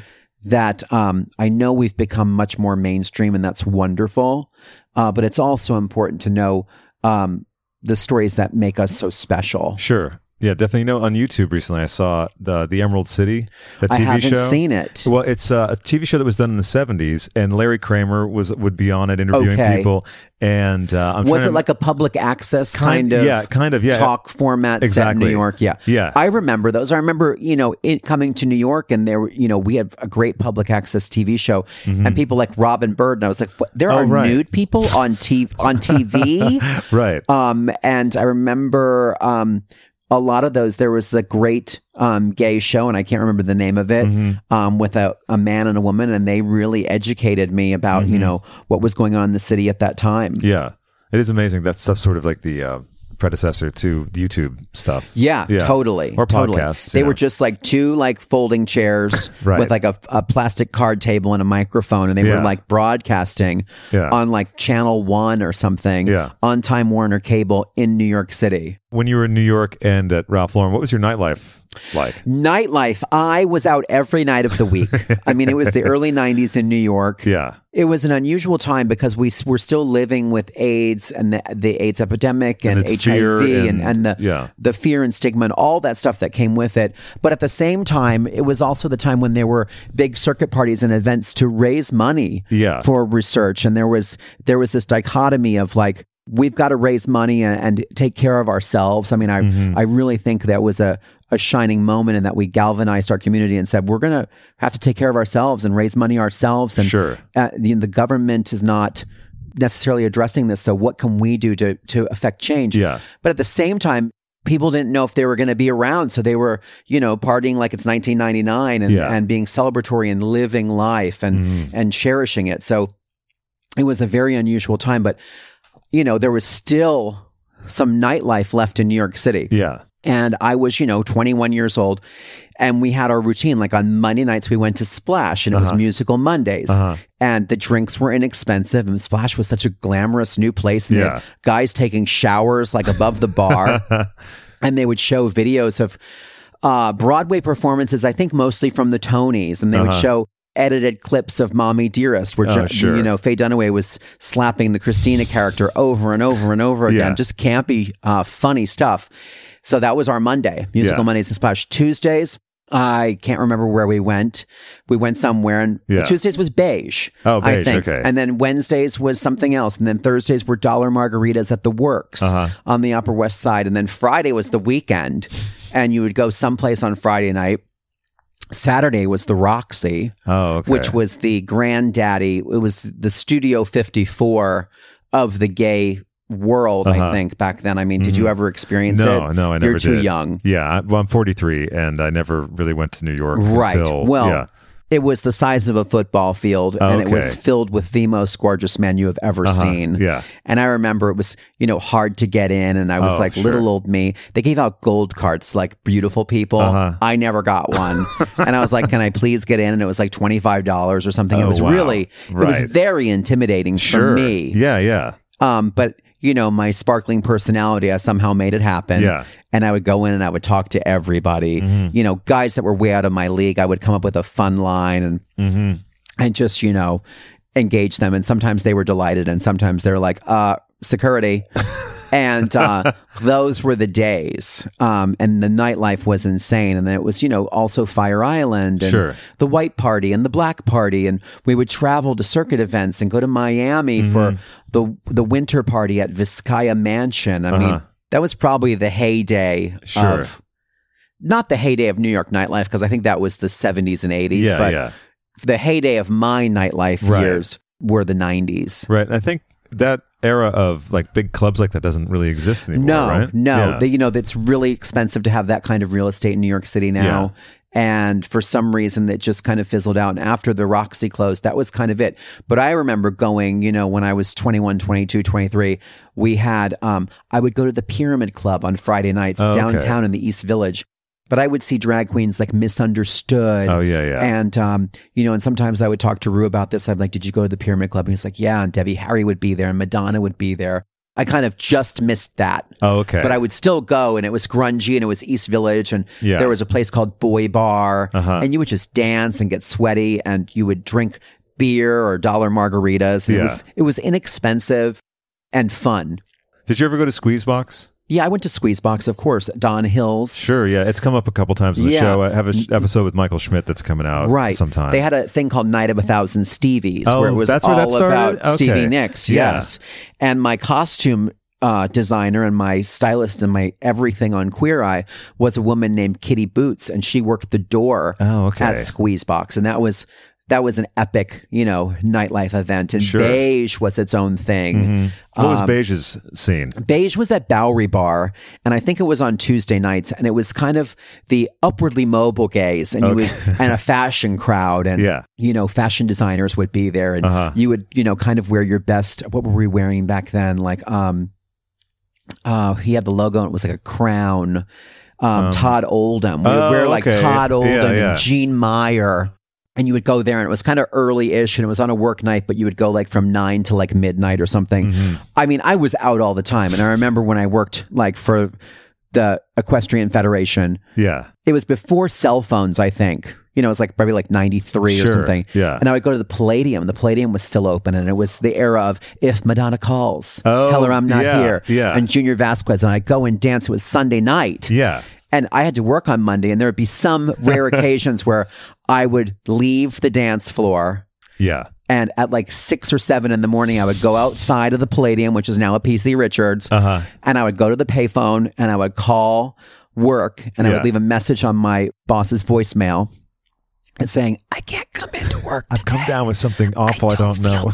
Speaker 4: that um, I know we've become much more mainstream, and that's wonderful. Uh, but it's also important to know um, the stories that make us so special.
Speaker 1: Sure. Yeah, definitely. You know, on YouTube recently, I saw the the Emerald City, a TV
Speaker 4: I haven't
Speaker 1: show.
Speaker 4: seen it.
Speaker 1: Well, it's uh, a TV show that was done in the '70s, and Larry Kramer was would be on it interviewing
Speaker 4: Okay.
Speaker 1: people. And uh, I'm
Speaker 4: was
Speaker 1: trying
Speaker 4: it
Speaker 1: to-
Speaker 4: like a public access
Speaker 1: Kind-
Speaker 4: kind, of
Speaker 1: yeah, kind of, yeah.
Speaker 4: talk format set in
Speaker 1: Exactly.
Speaker 4: New York? Yeah,
Speaker 1: Yeah.
Speaker 4: I remember those. I remember you know it coming to New York and there were- you know we had a great public access TV show and people like Robin Bird and I was like what? there
Speaker 1: Mm-hmm. Oh,
Speaker 4: are
Speaker 1: right.
Speaker 4: nude people on t- on TV
Speaker 1: right?
Speaker 4: um, and I remember um, a lot of those. There was a great um, gay show, and I can't remember the name of it,
Speaker 1: Mm-hmm.
Speaker 4: um, with a, a man and a woman, and they really educated me about you know what was going on in the city at that time.
Speaker 1: Mm-hmm. yeah, it is amazing. That stuff's sort of like the uh, predecessor to YouTube stuff.
Speaker 4: Yeah, totally.
Speaker 1: Or
Speaker 4: totally.
Speaker 1: podcasts.
Speaker 4: They
Speaker 1: you know.
Speaker 4: were just like two like folding chairs
Speaker 1: Right.
Speaker 4: with like a, a plastic card table and a microphone, and they
Speaker 1: Yeah.
Speaker 4: were like broadcasting
Speaker 1: Yeah.
Speaker 4: on like Channel One or something
Speaker 1: Yeah.
Speaker 4: on Time Warner Cable in New York City.
Speaker 1: when you were in New York and at Ralph Lauren. What was your nightlife like?
Speaker 4: Nightlife. I was out every night of the week. I mean, it was the early 90s in New York.
Speaker 1: Yeah,
Speaker 4: It was an unusual time because we s- were still living with AIDS and the, the AIDS epidemic
Speaker 1: And
Speaker 4: and,
Speaker 1: its fear
Speaker 4: HIV and,
Speaker 1: and-
Speaker 4: and, the,
Speaker 1: yeah.
Speaker 4: the fear and stigma and all that stuff that came with it. But at the same time, it was also the time when there were big circuit parties and events to raise money
Speaker 1: Yeah.
Speaker 4: for research. And there was there was this dichotomy of like, we've got to raise money and, and take care of ourselves. I mean, I
Speaker 1: Mm-hmm.
Speaker 4: I really think that was a a shining moment and that we galvanized our community and said we're going to have to take care of ourselves and raise money ourselves and
Speaker 1: Sure.
Speaker 4: uh, the, the government is not necessarily addressing this. So what can we do to to affect change?
Speaker 1: Yeah.
Speaker 4: But at the same time, people didn't know if they were going to be around, so they were you know partying like it's 1999 and
Speaker 1: Yeah. Mm-hmm.
Speaker 4: and being celebratory and living life and and cherishing it. So it was a very unusual time, but you know there was still some nightlife left in New York City
Speaker 1: yeah.
Speaker 4: and I was, you know, 21 years old. And we had our routine. Like on Monday nights, we went to Splash and it
Speaker 1: Uh-huh.
Speaker 4: was musical Mondays. And the drinks were inexpensive. And Splash was such a glamorous new place. And they had
Speaker 1: Yeah.
Speaker 4: Guys taking showers like above the bar. and they would show videos of uh, Broadway performances, I think mostly from the Tonys, and they would
Speaker 1: Uh-huh.
Speaker 4: show edited clips of Mommy Dearest, where,
Speaker 1: Oh,
Speaker 4: Jo-
Speaker 1: sure.
Speaker 4: you know, Faye Dunaway was slapping the Christina character over and over and over again.
Speaker 1: Yeah.
Speaker 4: Just campy, uh, funny stuff. So that was our Monday, Musical
Speaker 1: Yeah.
Speaker 4: Mondays and Splash. Tuesdays, I can't remember where we went. We went somewhere, and
Speaker 1: Yeah.
Speaker 4: Tuesdays was beige.
Speaker 1: Oh,
Speaker 4: I
Speaker 1: beige,
Speaker 4: think.
Speaker 1: okay.
Speaker 4: And then Wednesdays was something else. And then Thursdays were dollar margaritas at the works
Speaker 1: Uh-huh.
Speaker 4: on the Upper West Side. And then Friday was the weekend. And you would go someplace on Friday night. Saturday was the Roxy,
Speaker 1: Oh, okay.
Speaker 4: which was the granddaddy. It was the Studio 54 of the gay world, I
Speaker 1: Uh-huh. Mm-hmm.
Speaker 4: think, back then. I mean, did you ever experience it?
Speaker 1: no, no, I never
Speaker 4: You're too
Speaker 1: did.
Speaker 4: young.
Speaker 1: Yeah, I- well, I'm 43, and I never really went to New York.
Speaker 4: Right.
Speaker 1: Until,
Speaker 4: well,
Speaker 1: yeah.
Speaker 4: it was the size of a football field, and it was
Speaker 1: Okay.
Speaker 4: filled with the most gorgeous men you have ever
Speaker 1: Uh-huh.
Speaker 4: seen.
Speaker 1: Yeah.
Speaker 4: And I remember it was, you know, hard to get in, and I was
Speaker 1: Oh,
Speaker 4: like
Speaker 1: sure.
Speaker 4: little old me. They gave out gold cards to, like beautiful people.
Speaker 1: Uh-huh.
Speaker 4: I never got one, and I was like, "Can I please get in?" And it was like twenty five dollars or something. it
Speaker 1: Oh,
Speaker 4: was
Speaker 1: wow.
Speaker 4: really, it
Speaker 1: Right.
Speaker 4: was very intimidating
Speaker 1: sure.
Speaker 4: for me.
Speaker 1: Yeah, yeah.
Speaker 4: Um, but you know, my sparkling personality, I somehow made it happen.
Speaker 1: Yeah. Mm-hmm.
Speaker 4: And I would go in and I would talk to everybody. You know, guys that were way out of my league, I would come up with a fun line and
Speaker 1: Mm-hmm.
Speaker 4: and just, you know, engage them. And sometimes they were delighted and sometimes they were like, uh, security. and uh, those were the days. Um, and the nightlife was insane. And then it was, you know, also Fire Island and
Speaker 1: Sure.
Speaker 4: the white party and the black party. And we would travel to circuit events and go to Miami
Speaker 1: Mm-hmm.
Speaker 4: for the the winter party at Vizcaya Mansion. I mean, that was probably the heyday
Speaker 1: Uh-huh. Sure.
Speaker 4: of not the heyday of New York nightlife, because I think that was the 70s and 80s.
Speaker 1: Yeah,
Speaker 4: but
Speaker 1: yeah.
Speaker 4: the heyday of my nightlife
Speaker 1: Right.
Speaker 4: years were the 90s.
Speaker 1: Right. I think that era of like big clubs like that doesn't really exist anymore.
Speaker 4: No,
Speaker 1: right?
Speaker 4: no.
Speaker 1: Yeah.
Speaker 4: The- you know, that's really expensive to have that kind of real estate in New York City now. And for some reason, that just kind of fizzled out. And after the Roxy closed, that was kind of it. But I remember going, you know, when I was 21, 22, 23, we had, um, I would go to the Pyramid Club on Friday nights
Speaker 1: Oh, okay.
Speaker 4: downtown in the East Village. But I would see drag queens like misunderstood.
Speaker 1: Oh, yeah, yeah.
Speaker 4: And um, you know, and sometimes I would talk to Rue about this. I'm like, "Did you go to the Pyramid Club?" And he's like, "Yeah." And Debbie Harry would be there, and Madonna would be there. I kind of just missed that,
Speaker 1: oh, okay.
Speaker 4: but I would still go, and it was grungy, and it was East Village, and
Speaker 1: Yeah.
Speaker 4: there was a place called Boy Bar,
Speaker 1: Uh-huh.
Speaker 4: and you would just dance and get sweaty, and you would drink beer or dollar margaritas. And It
Speaker 1: Yeah.
Speaker 4: was it was inexpensive and fun.
Speaker 1: Did you ever go to Squeezebox?
Speaker 4: Yeah, I went to Squeezebox, of course, Don Hills.
Speaker 1: Sure. Yeah, it's come up a couple times in the
Speaker 4: Yeah.
Speaker 1: show. I have an sh- episode with Michael Schmidt that's coming out
Speaker 4: right
Speaker 1: sometime.
Speaker 4: They had a thing called Night of a Thousand Stevies,
Speaker 1: Oh,
Speaker 4: where it was
Speaker 1: that's
Speaker 4: all
Speaker 1: where that started?
Speaker 4: about Stevie
Speaker 1: Okay.
Speaker 4: Nicks.
Speaker 1: Yeah.
Speaker 4: Yes, and my costume. Uh, designer and my stylist and my everything on Queer Eye was a woman named Kitty Boots, and she worked the door
Speaker 1: Oh, okay.
Speaker 4: at Squeezebox, and that was that was an epic, you know, nightlife event. And
Speaker 1: Sure. Mm-hmm.
Speaker 4: beige was its own thing.
Speaker 1: what
Speaker 4: um,
Speaker 1: was Beige's scene?
Speaker 4: Beige was at Bowery Bar, and I think it was on Tuesday nights, and it was kind of the upwardly mobile gays, and you would, and a fashion crowd, and
Speaker 1: Yeah.
Speaker 4: you know, fashion designers would be there, and you would, you know, kind of wear your best. What were we wearing back then? Like, um, uh, he had the logo, and it was like a crown. Um, Todd Oldham, we would
Speaker 1: oh,
Speaker 4: wear like
Speaker 1: okay.
Speaker 4: Todd Oldham
Speaker 1: Yeah, yeah.
Speaker 4: and Gene Meyer. And you would go there, and it was kind of early ish, and it was on a work night, but you would go like from nine to like midnight or something.
Speaker 1: Mm-hmm.
Speaker 4: I mean, I was out all the time. And I remember when I worked like for the Equestrian Federation,
Speaker 1: Yeah.
Speaker 4: it was before cell phones, I think. You know, it was like probably like 93
Speaker 1: Sure,
Speaker 4: or something.
Speaker 1: yeah.
Speaker 4: And I would go to the Palladium. The Palladium was still open, and it was the era of if Madonna calls,
Speaker 1: Oh,
Speaker 4: tell her I'm not
Speaker 1: yeah,
Speaker 4: here.
Speaker 1: yeah.
Speaker 4: And Junior Vasquez. And I'd go and dance. It was Sunday night.
Speaker 1: Yeah.
Speaker 4: And I had to work on Monday, and there would be some rare occasions where I would leave the dance floor.
Speaker 1: Yeah.
Speaker 4: And at like six or seven in the morning, I would go outside of the Palladium, which is now a PC Richards,
Speaker 1: Uh-huh.
Speaker 4: and I would go to the payphone and I would call work and I
Speaker 1: Yeah.
Speaker 4: would leave a message on my boss's voicemail and saying, I can't come into work.
Speaker 1: I've come down with something awful. I don't, know.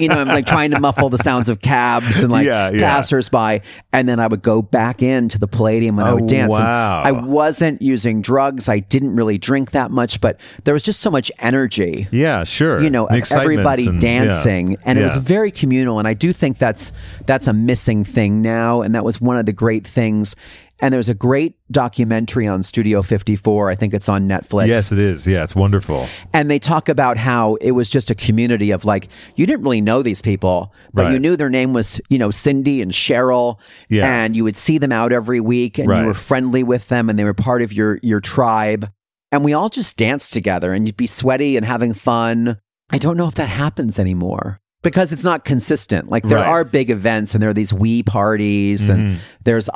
Speaker 4: you know, I'm like trying to muffle the sounds of cabs and like
Speaker 1: Yeah, yeah.
Speaker 4: passersby. And then I would go back into the Palladium and I
Speaker 1: Oh,
Speaker 4: would dance. And
Speaker 1: wow.
Speaker 4: I wasn't using drugs. I didn't really drink that much, but there was just so much energy
Speaker 1: Yeah, sure.
Speaker 4: you know,
Speaker 1: The
Speaker 4: of
Speaker 1: excitement
Speaker 4: everybody
Speaker 1: and- yeah.
Speaker 4: dancing, and it was
Speaker 1: Yeah.
Speaker 4: very communal. And I do think that's that's a missing thing now, and that was one of the great things And there's a great documentary on Studio 54. I think it's on Netflix.
Speaker 1: Yes, it is. Yeah, it's wonderful.
Speaker 4: And they talk about how it was just a community of like, you didn't really know these people, but
Speaker 1: Right.
Speaker 4: you knew their name was, you know, Cindy and Cheryl.
Speaker 1: Yeah.
Speaker 4: And you would see them out every week and
Speaker 1: Right.
Speaker 4: you were friendly with them and they were part of your, your tribe. And we all just danced together and you'd be sweaty and having fun. I don't know if that happens anymore because it's not consistent. Like there
Speaker 1: Right. Mm-hmm.
Speaker 4: are big events and there are these wee parties and there's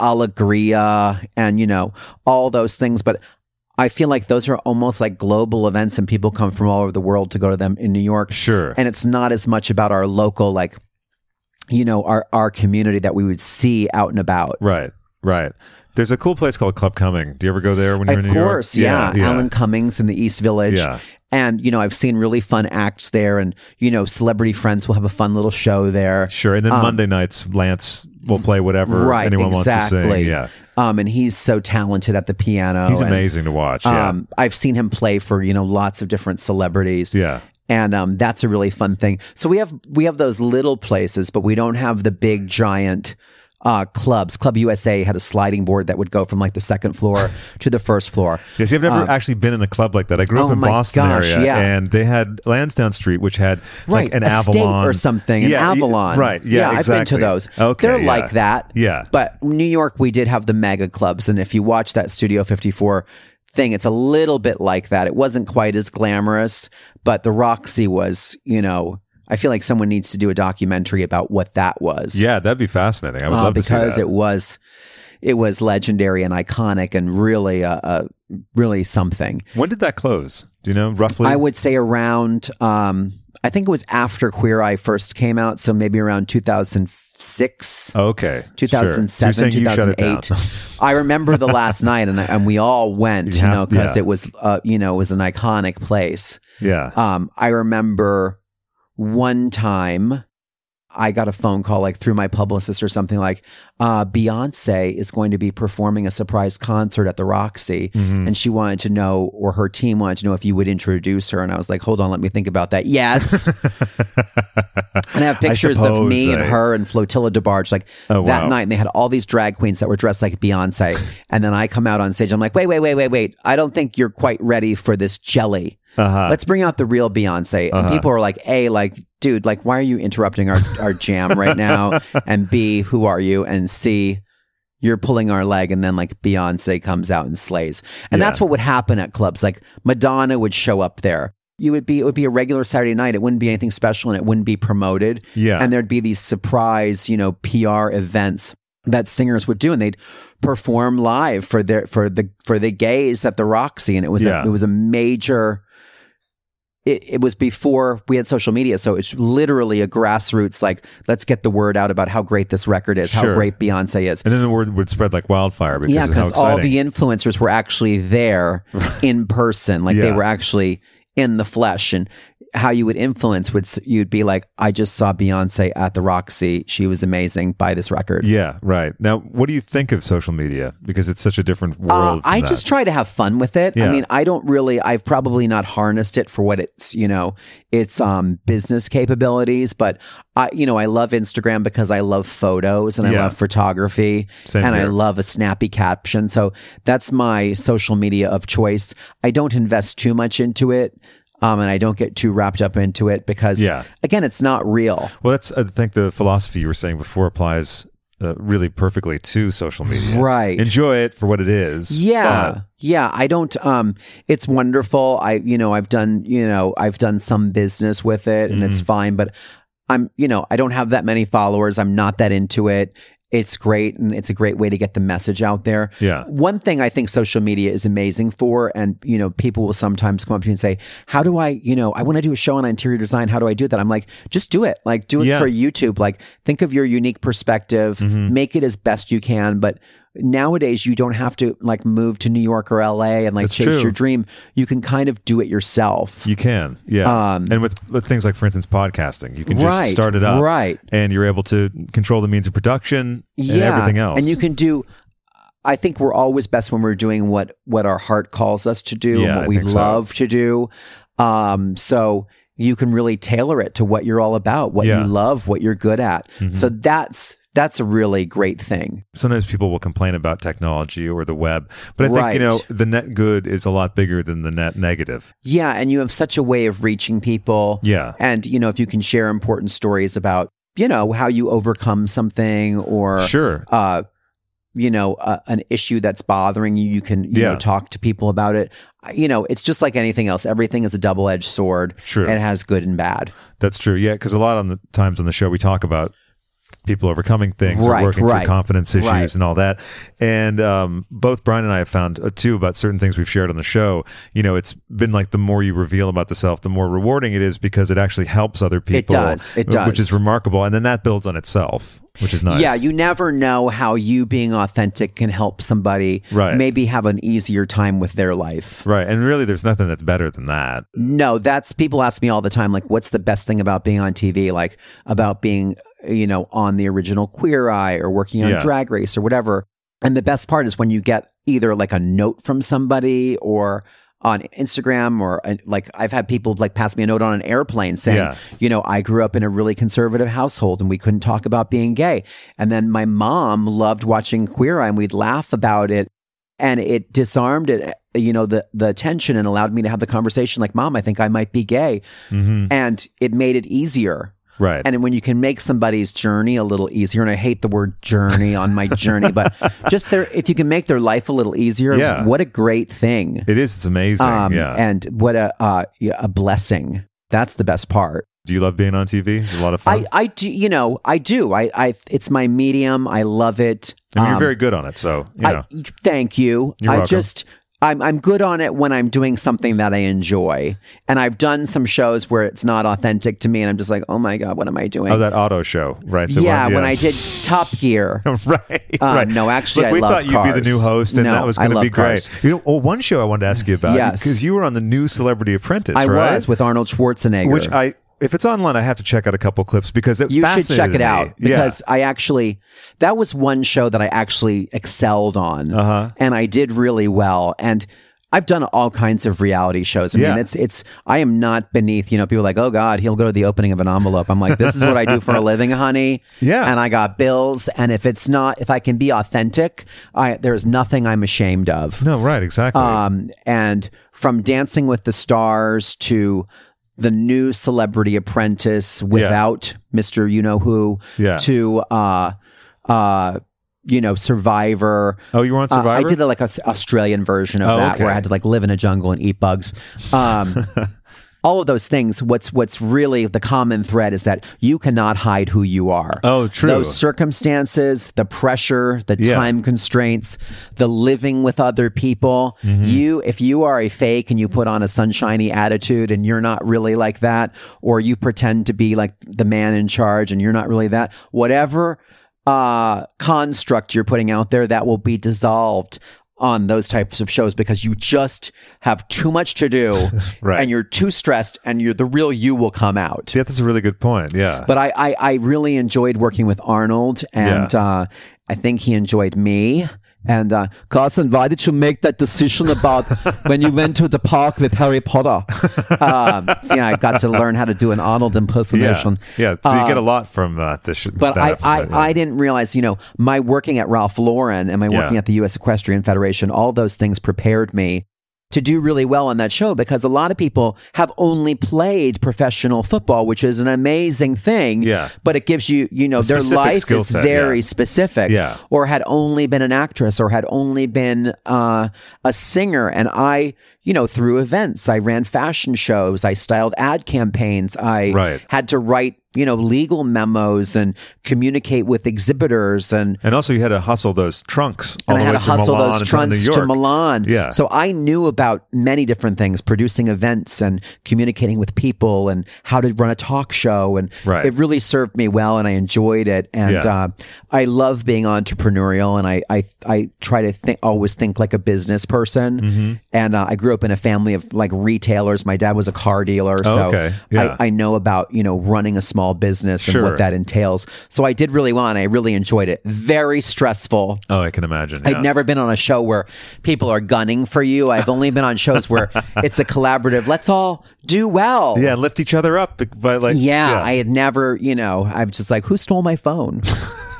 Speaker 4: Allegria and, you know, all those things. But I feel like those are almost like global events and people come from all over the world to go to them in New York.
Speaker 1: Sure.
Speaker 4: And it's not as much about our local, like, you know, our, our community that we would see out and about.
Speaker 1: Right, right. There's a cool place called Club Coming. Do you ever go there when you're in
Speaker 4: Of
Speaker 1: New York?
Speaker 4: course, yeah. Alan Cummings in the East Village.
Speaker 1: Yeah.
Speaker 4: And, you know, I've seen really fun acts there and, you know, celebrity friends will have a fun little show there.
Speaker 1: Sure. And then Monday nights, Lance will play whatever
Speaker 4: Um, right,
Speaker 1: anyone
Speaker 4: exactly.
Speaker 1: wants to sing. Yeah.
Speaker 4: Um, and he's so talented at the piano.
Speaker 1: He's
Speaker 4: and,
Speaker 1: amazing to watch. Yeah.
Speaker 4: Um, I've seen him play for, you know, lots of different celebrities.
Speaker 1: yeah.
Speaker 4: And um, that's a really fun thing. So we have we have those little places, but we don't have the big giant uh, clubs. Club USA had a sliding board that would go from like the second floor to the first floor.
Speaker 1: Yes, see, I've never actually been in a club like that. I grew
Speaker 4: um, oh
Speaker 1: up in
Speaker 4: my
Speaker 1: Boston
Speaker 4: gosh,
Speaker 1: area,
Speaker 4: yeah.
Speaker 1: and they had Lansdowne Street, which had like
Speaker 4: Right,
Speaker 1: an
Speaker 4: a state
Speaker 1: Avalon
Speaker 4: or something, an
Speaker 1: Yeah, y-
Speaker 4: Avalon.
Speaker 1: right? Yeah,
Speaker 4: I've been
Speaker 1: exactly.
Speaker 4: to those.
Speaker 1: Okay,
Speaker 4: they're
Speaker 1: yeah.
Speaker 4: like that.
Speaker 1: Yeah,
Speaker 4: but New York, we did have the mega clubs, and if you watch that Studio 54 thing, it's a little bit like that. It wasn't quite as glamorous, but the Roxy was. You know, I feel like someone needs to do a documentary about what that was.
Speaker 1: yeah, that'd be fascinating. I would
Speaker 4: Uh,
Speaker 1: love to see
Speaker 4: because
Speaker 1: that.
Speaker 4: it was it was legendary and iconic and really uh, uh, really something.
Speaker 1: when did that close? Do you know roughly?
Speaker 4: I would say around um, I think it was after Queer Eye first came out, so maybe around 2006.
Speaker 1: Oh, Okay, sure. So you're
Speaker 4: 2007,
Speaker 1: saying you shut it down.
Speaker 4: 2008. I remember the last night, and I, and we all went,
Speaker 1: You
Speaker 4: you,
Speaker 1: have-
Speaker 4: know, because
Speaker 1: yeah.
Speaker 4: it was, uh, you know, it was an iconic place.
Speaker 1: yeah.
Speaker 4: Um, I remember one time I got a phone call like through my publicist or something like uh, Beyonce is going to be performing a surprise concert at the Roxy,
Speaker 1: Mm-hmm.
Speaker 4: and she wanted to know, or her team wanted to know if you would introduce her. And I was like, hold on, let me think about that. Yes, and I have pictures of
Speaker 1: suppose
Speaker 4: me and
Speaker 1: I-
Speaker 4: her and Flotilla DeBarge like
Speaker 1: Oh,
Speaker 4: that
Speaker 1: wow.
Speaker 4: night, and they had all these drag queens that were dressed like Beyonce. and then I come out on stage, I'm like, wait, wait, wait, wait, wait, I don't think you're quite ready for this jelly.
Speaker 1: Uh-huh.
Speaker 4: Let's bring out the real Beyonce. And people are like, A, like, dude, like, why are you interrupting our, our jam right now? And B, who are you? And C, you're pulling our leg. And then like Beyonce comes out and slays. And
Speaker 1: Yeah.
Speaker 4: that's what would happen at clubs. Like Madonna would show up there. You would be, it would be a regular Saturday night. It wouldn't be anything special and it wouldn't be promoted.
Speaker 1: Yeah.
Speaker 4: And there'd be these surprise, you know, PR events that singers would do and they'd perform live for their for the for the gays at the Roxy and it was
Speaker 1: Yeah.
Speaker 4: a, it was a major it, it was before we had social media so it's literally a grassroots like let's get the word out about how great this record is
Speaker 1: Sure.
Speaker 4: how great Beyonce is
Speaker 1: and then the word would spread like wildfire because
Speaker 4: yeah
Speaker 1: of how
Speaker 4: because all
Speaker 1: exciting.
Speaker 4: the influencers were actually there in person like
Speaker 1: Yeah.
Speaker 4: they were actually in the flesh and how you would influence would s- you'd be like I just saw Beyonce at the Roxy she was amazing buy this record
Speaker 1: yeah, right. Now, what do you think of social media? Because it's such a different
Speaker 4: Uh,
Speaker 1: world. from
Speaker 4: I
Speaker 1: that.
Speaker 4: just try to have fun with it.
Speaker 1: Yeah.
Speaker 4: I mean, I don't really. I've probably not harnessed it for what it's you know its um, business capabilities, but I you know I love Instagram because I love photos and I
Speaker 1: Yeah.
Speaker 4: love photography
Speaker 1: Same
Speaker 4: and I
Speaker 1: here.
Speaker 4: love a snappy caption. So that's my social media of choice. I don't invest too much into it. Um, and I don't get too wrapped up into it because,
Speaker 1: Yeah.
Speaker 4: again, it's not real.
Speaker 1: Well, that's I think the philosophy you were saying before applies uh, really perfectly to social media.
Speaker 4: Right.
Speaker 1: Enjoy it for what it is.
Speaker 4: Yeah.
Speaker 1: but-
Speaker 4: yeah. I don't, um, it's wonderful. I, you know, I've done, you know, I've done some business with it and
Speaker 1: Mm-hmm.
Speaker 4: it's fine, but I'm, you know, I don't have that many followers. I'm not that into it. It's great. And it's a great way to get the message out there.
Speaker 1: Yeah.
Speaker 4: One thing I think social media is amazing for, and, you know, people will sometimes come up to you and say, how do I, you know, I want to do a show on interior design. How do I do that? I'm like, just do it. Like, do it
Speaker 1: Yeah. Mm-hmm.
Speaker 4: for YouTube. Like, think of your unique perspective, make it as best you can. But nowadays, you don't have to like move to New York or LA and like
Speaker 1: That's
Speaker 4: chase
Speaker 1: true.
Speaker 4: your dream. You can kind of do it yourself.
Speaker 1: You can, yeah,
Speaker 4: Um,
Speaker 1: and with, with things like, for instance, podcasting, you can just
Speaker 4: Right,
Speaker 1: start it up,
Speaker 4: right.
Speaker 1: and you're able to control the means of production and everything else.
Speaker 4: And you can do. I think we're always best when we're doing what what our heart calls us to do,
Speaker 1: Yeah,
Speaker 4: and
Speaker 1: I
Speaker 4: what we
Speaker 1: think so.
Speaker 4: love to do. Um, so you can really tailor it to what you're all about, what
Speaker 1: Yeah. Mm-hmm.
Speaker 4: you love, what you're good at. So that's that's a really great thing.
Speaker 1: Sometimes people will complain about technology or the web, but I think you know
Speaker 4: Right.
Speaker 1: the net good is a lot bigger than the net negative.
Speaker 4: Yeah, and you have such a way of reaching people.
Speaker 1: Yeah.
Speaker 4: And you know, if you can share important stories about, you know, how you overcome something or
Speaker 1: Sure.
Speaker 4: uh you know, uh, an issue that's bothering you, you can you
Speaker 1: Yeah.
Speaker 4: know talk to people about it. I- You know, it's just like anything else. Everything is a double-edged sword.
Speaker 1: True.
Speaker 4: And it has good and bad.
Speaker 1: That's true. Yeah, because a lot on the times on the show we talk about people overcoming things
Speaker 4: Right,
Speaker 1: or working
Speaker 4: right,
Speaker 1: through confidence issues
Speaker 4: right.
Speaker 1: and all that. And um, both Brian and I have found uh, too about certain things we've shared on the show. You know, it's been like the more you reveal about the self, the more rewarding it is because it actually helps other people.
Speaker 4: does, it
Speaker 1: wh-
Speaker 4: does.
Speaker 1: which is remarkable. And then that builds on itself, which is nice.
Speaker 4: Yeah, you never know how you being authentic can help somebody
Speaker 1: Right.
Speaker 4: maybe have an easier time with their life.
Speaker 1: right. And really, there's nothing that's better than that.
Speaker 4: No, that's people ask me all the time, like, what's the best thing about being on TV? Like, about being, you know, on the original Queer Eye or working on
Speaker 1: Yeah.
Speaker 4: Drag Race or whatever. And the best part is when you get either like a note from somebody or on Instagram or uh, like I've had people like pass me a note on an airplane saying,
Speaker 1: Yeah.
Speaker 4: you know, I grew up in a really conservative household and we couldn't talk about being gay. And then my mom loved watching Queer Eye and we'd laugh about it and it disarmed it you know the the tension and allowed me to have the conversation like mom i think i might be gay and it made it easier
Speaker 1: Mm-hmm. Right.
Speaker 4: and when you can make somebody's journey a little easier and i hate the word journey on my journey but just their if you can make their life a little easier
Speaker 1: Yeah.
Speaker 4: what a great thing
Speaker 1: it is. It's amazing. yeah.
Speaker 4: Um, and what a uh, yeah, a blessing that's the best part
Speaker 1: Do you love being on TV? It's a lot of fun.
Speaker 4: I, I do you know i do i i it's my medium i love it
Speaker 1: I mean,
Speaker 4: Um,
Speaker 1: you're very good on it. So, you know.
Speaker 4: I, thank you.
Speaker 1: You're
Speaker 4: I
Speaker 1: welcome.
Speaker 4: just I'm I'm good on it when I'm doing something that I enjoy. And I've done some shows where it's not authentic to me and I'm just like, "Oh my god, what am I doing?"
Speaker 1: oh, that auto show, right? The
Speaker 4: yeah,
Speaker 1: one-
Speaker 4: when I did Top Gear.
Speaker 1: right,
Speaker 4: Um,
Speaker 1: right.
Speaker 4: no, actually,
Speaker 1: Look,
Speaker 4: I
Speaker 1: we
Speaker 4: love
Speaker 1: thought you'd be
Speaker 4: cars.
Speaker 1: the new host, and
Speaker 4: No,
Speaker 1: that was
Speaker 4: I
Speaker 1: going to
Speaker 4: love
Speaker 1: be
Speaker 4: cars.
Speaker 1: great. You know, oh, one show I wanted to ask you about,
Speaker 4: Yes.
Speaker 1: because you were on the new Celebrity Apprentice,
Speaker 4: I
Speaker 1: right?
Speaker 4: was with Arnold Schwarzenegger.
Speaker 1: which I, if it's online, I have to check out a couple clips because it
Speaker 4: you should
Speaker 1: fascinated
Speaker 4: check it
Speaker 1: me.
Speaker 4: out
Speaker 1: Yeah.
Speaker 4: because I actually that was one show that I actually excelled on,
Speaker 1: Uh-huh.
Speaker 4: and I did really well. And I've done all kinds of reality shows. I
Speaker 1: Yeah.
Speaker 4: mean, it's it's I am not beneath you know people are like oh god he'll go to the opening of an envelope. I'm like this is what I do for a living, honey.
Speaker 1: Yeah.
Speaker 4: and I got bills, and if it's not if I can be authentic, I there's nothing I'm ashamed of.
Speaker 1: no, right, exactly.
Speaker 4: Um, and from Dancing with the Stars to the new Celebrity Apprentice without Mr. You Know Who
Speaker 1: Yeah.
Speaker 4: to uh, uh, you know Survivor.
Speaker 1: oh, you were on
Speaker 4: Uh,
Speaker 1: Survivor.
Speaker 4: I did a, like a s- Australian version of
Speaker 1: Oh,
Speaker 4: that where I
Speaker 1: okay.
Speaker 4: had to like live in a jungle and eat bugs. Um, all of those things. What's what's really the common thread is that you cannot hide who you are.
Speaker 1: Oh, true.
Speaker 4: Those circumstances, the pressure, the
Speaker 1: Yeah.
Speaker 4: time constraints, the living with other people. You, if you are a fake and you put on a sunshiny attitude and you're not really like that, or you pretend to be like the man in charge and you're not really that, whatever uh, construct you're putting out there, that will be dissolved on those types of shows because you just have too much to do
Speaker 1: Right.
Speaker 4: and you're too stressed and you're the real you will come out.
Speaker 1: yeah, that's a really good point. Yeah,
Speaker 4: But I, I, I really enjoyed working with Arnold, and uh, I think he enjoyed me. And uh, Carson, why did you make that decision about when you went to the park with Harry Potter? Um, so, yeah, I got to learn how to do an Arnold
Speaker 1: yeah,
Speaker 4: impersonation.
Speaker 1: yeah. So you
Speaker 4: Uh,
Speaker 1: get a lot from uh, this. sh-
Speaker 4: but
Speaker 1: that
Speaker 4: I,
Speaker 1: episode,
Speaker 4: I,
Speaker 1: yeah.
Speaker 4: I didn't realize, you know, my working at Ralph Lauren and my
Speaker 1: Yeah.
Speaker 4: working at the U.S. Equestrian Federation, all those things prepared me to do really well on that show because a lot of people have only played professional football, which is an amazing thing.
Speaker 1: Yeah.
Speaker 4: But it gives you, you know,
Speaker 1: A
Speaker 4: their
Speaker 1: specific
Speaker 4: life
Speaker 1: skill
Speaker 4: is
Speaker 1: set,
Speaker 4: very
Speaker 1: yeah.
Speaker 4: specific.
Speaker 1: Yeah.
Speaker 4: Or had only been an actress or had only been uh, a singer. And I, you know, through events, I ran fashion shows, I styled ad campaigns, I
Speaker 1: Right.
Speaker 4: had to write, you know, legal memos and communicate with exhibitors and
Speaker 1: and also you had to hustle those trunks all
Speaker 4: and I
Speaker 1: the
Speaker 4: had
Speaker 1: way
Speaker 4: to hustle
Speaker 1: Milan and
Speaker 4: those
Speaker 1: to New
Speaker 4: trunks to
Speaker 1: York.
Speaker 4: Milan.
Speaker 1: Yeah.
Speaker 4: So I knew about many different things, producing events and communicating with people and how to run a talk show. And
Speaker 1: Right.
Speaker 4: it really served me well and I enjoyed it. And
Speaker 1: Yeah.
Speaker 4: uh, I love being
Speaker 1: Mm-hmm.
Speaker 4: entrepreneurial and I, I, I try to think, always think like a business person. And uh, I grew grew up in a family of like retailers. My dad was a car dealer,
Speaker 1: Oh,
Speaker 4: so
Speaker 1: okay. Yeah.
Speaker 4: I, I know about you know running a small business and
Speaker 1: Sure.
Speaker 4: what that entails. So I did really well, and I really enjoyed it. Very stressful.
Speaker 1: Oh, I can imagine. yeah.
Speaker 4: I've never been on a show where people are gunning for you. I've only been on shows where it's a collaborative. Let's all do well.
Speaker 1: Yeah, lift each other up by like
Speaker 4: Yeah, I had never, you know, I'm just like, who stole my phone?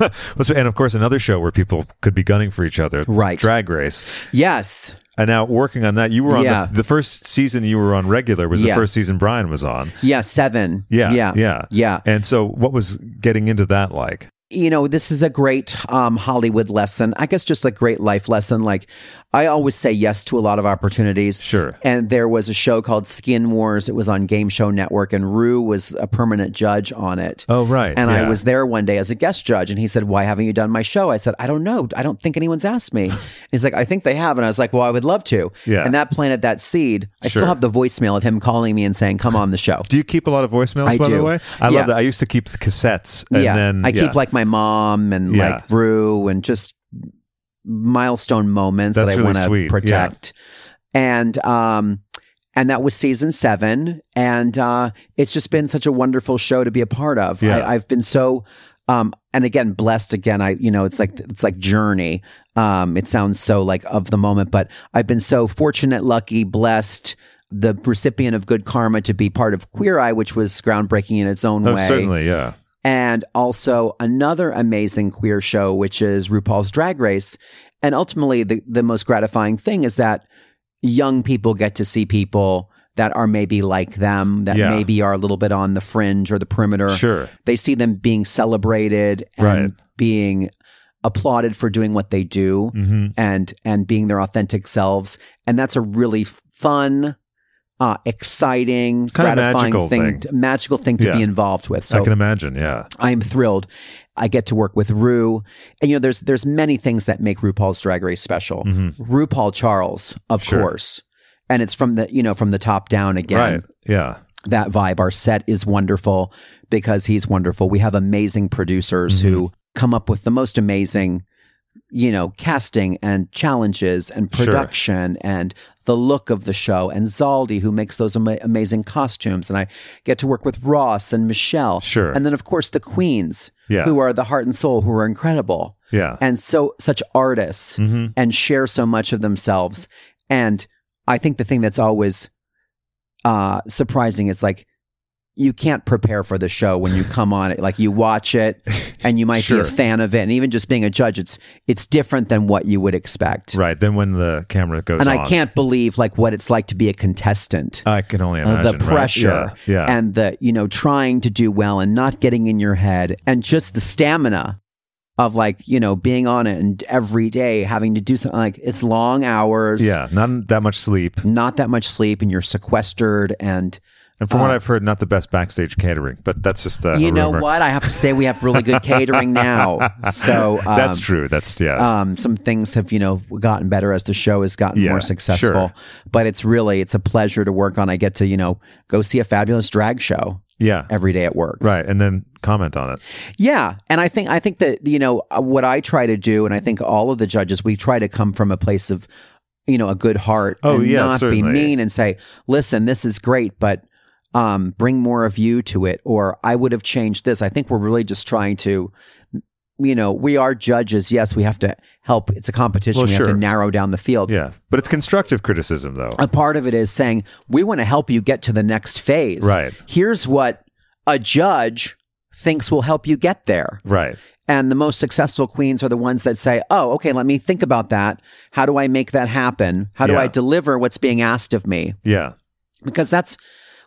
Speaker 1: Well, so- and of course another show where people could be gunning for each other. Right. Drag race.
Speaker 4: yes.
Speaker 1: And now working on that, you were on
Speaker 4: Yeah.
Speaker 1: the, the first season you were on regular was
Speaker 4: Yeah.
Speaker 1: the first season Brian was on.
Speaker 4: Yeah, seven.
Speaker 1: Yeah.
Speaker 4: Yeah.
Speaker 1: Yeah. Yeah. And so what was getting into that like?
Speaker 4: you know, this is a great um, Hollywood lesson. I guess just a great life lesson. Like, I always say yes to a lot of opportunities. Sure. And there was a show called Skin Wars. It was on Game Show Network, and Rue was a permanent judge on it.
Speaker 1: Oh, right.
Speaker 4: And I
Speaker 1: Yeah.
Speaker 4: was there one day as a guest judge, and he said, Why haven't you done my show? I said, I don't know. I don't think anyone's asked me. He's like, I think they have. And I was like, Well, I would love to.
Speaker 1: Yeah.
Speaker 4: And that planted that seed. I
Speaker 1: Sure.
Speaker 4: still have the voicemail of him calling me and saying, Come on the show.
Speaker 1: Do you keep a lot of voicemails
Speaker 4: I
Speaker 1: by
Speaker 4: do.
Speaker 1: the way? I
Speaker 4: Yeah.
Speaker 1: love that. I used to keep the cassettes and
Speaker 4: yeah.
Speaker 1: then
Speaker 4: I
Speaker 1: yeah.
Speaker 4: keep like my mom and
Speaker 1: Yeah.
Speaker 4: like Rue and just milestone moments
Speaker 1: That's
Speaker 4: that I
Speaker 1: really
Speaker 4: want
Speaker 1: sweet.
Speaker 4: to
Speaker 1: Yeah.
Speaker 4: protect. And um and that was season seven. And uh it's just been such a wonderful show to be a part of.
Speaker 1: Yeah.
Speaker 4: I, I've been so um and again blessed again. I you know, it's like it's like journey. Um it sounds so like of the moment, but I've been so fortunate, lucky, blessed the recipient of good karma to be part of Queer Eye, which was groundbreaking in its own
Speaker 1: Oh,
Speaker 4: way
Speaker 1: certainly, yeah.
Speaker 4: and also another amazing queer show, which is RuPaul's Drag Race. And ultimately, the, the most gratifying thing is that young people get to see people that are maybe like them, that
Speaker 1: Yeah.
Speaker 4: maybe are a little bit on the fringe or the perimeter.
Speaker 1: Sure.
Speaker 4: They see them being celebrated and
Speaker 1: Right.
Speaker 4: being applauded for doing what they do
Speaker 1: Mhm.
Speaker 4: and and being their authentic selves. And that's a really fun, uh, exciting,
Speaker 1: Kind of
Speaker 4: gratifying
Speaker 1: magical thing.
Speaker 4: to- magical thing to
Speaker 1: Yeah.
Speaker 4: be involved with. So
Speaker 1: I can imagine, yeah.
Speaker 4: I'm thrilled. I get to work with Rue, and you know, there's there's many things that make RuPaul's Drag Race special. RuPaul Charles, of
Speaker 1: Mm-hmm. Sure.
Speaker 4: course, and it's from the you know from the top down again.
Speaker 1: Right. Yeah.
Speaker 4: That vibe. Our set is wonderful because he's wonderful. We have amazing producers who
Speaker 1: Mm-hmm.
Speaker 4: come up with the most amazing, you know, casting and challenges and
Speaker 1: Sure.
Speaker 4: production and the look of the show and Zaldi who makes those ama- amazing costumes and I get to work with Ross and Michelle
Speaker 1: Sure.
Speaker 4: and then of course the queens
Speaker 1: Yeah.
Speaker 4: who are the heart and soul who are incredible
Speaker 1: Yeah.
Speaker 4: and so such artists
Speaker 1: Mm-hmm.
Speaker 4: and share so much of themselves and i think the thing that's always uh surprising is like you can't prepare for the show when you come on it like you watch it and you might
Speaker 1: Sure.
Speaker 4: be a fan of it and even just being a judge it's it's different than what you would expect
Speaker 1: Right. Then when the camera goes
Speaker 4: and
Speaker 1: on.
Speaker 4: i can't believe like what it's like to be a contestant
Speaker 1: I can only
Speaker 4: uh,
Speaker 1: imagine
Speaker 4: the
Speaker 1: right?
Speaker 4: pressure
Speaker 1: Yeah. yeah.
Speaker 4: and the you know trying to do well and not getting in your head and just the stamina of like you know being on it and every day having to do something like it's long hours
Speaker 1: yeah. Not that much sleep.
Speaker 4: not that much sleep and you're sequestered and
Speaker 1: And from what I've heard, not the best backstage catering, but that's just the
Speaker 4: Uh, you know
Speaker 1: rumor.
Speaker 4: what i have to say we have really good catering now so um,
Speaker 1: that's true. That's yeah.
Speaker 4: um, some things have you know gotten better as the show has gotten
Speaker 1: Yeah,
Speaker 4: more successful
Speaker 1: sure.
Speaker 4: but it's really it's a pleasure to work on i get to you know go see a fabulous drag show
Speaker 1: yeah.
Speaker 4: every day at work
Speaker 1: Right. And then comment on it.
Speaker 4: Yeah, and I think I think that you know uh, what I try to do, and I think all of the judges we try to come from a place of you know a good heart.
Speaker 1: Oh,
Speaker 4: and
Speaker 1: yeah,
Speaker 4: not
Speaker 1: certainly.
Speaker 4: be mean and say, listen, this is great, but um, bring more of you to it, or I would have changed this. I think we're really just trying to. You know, we are judges. Yes, we have to help. It's a competition.
Speaker 1: Well,
Speaker 4: we have
Speaker 1: sure.
Speaker 4: to narrow down the field.
Speaker 1: Yeah. But it's constructive criticism though.
Speaker 4: A part of it is saying, we want to help you get to the next phase.
Speaker 1: Right.
Speaker 4: Here's what a judge thinks will help you get there.
Speaker 1: Right.
Speaker 4: And the most successful queens are the ones that say, Oh, okay, let me think about that. How do I make that happen? How do
Speaker 1: Yeah.
Speaker 4: I deliver what's being asked of me?
Speaker 1: Yeah.
Speaker 4: Because that's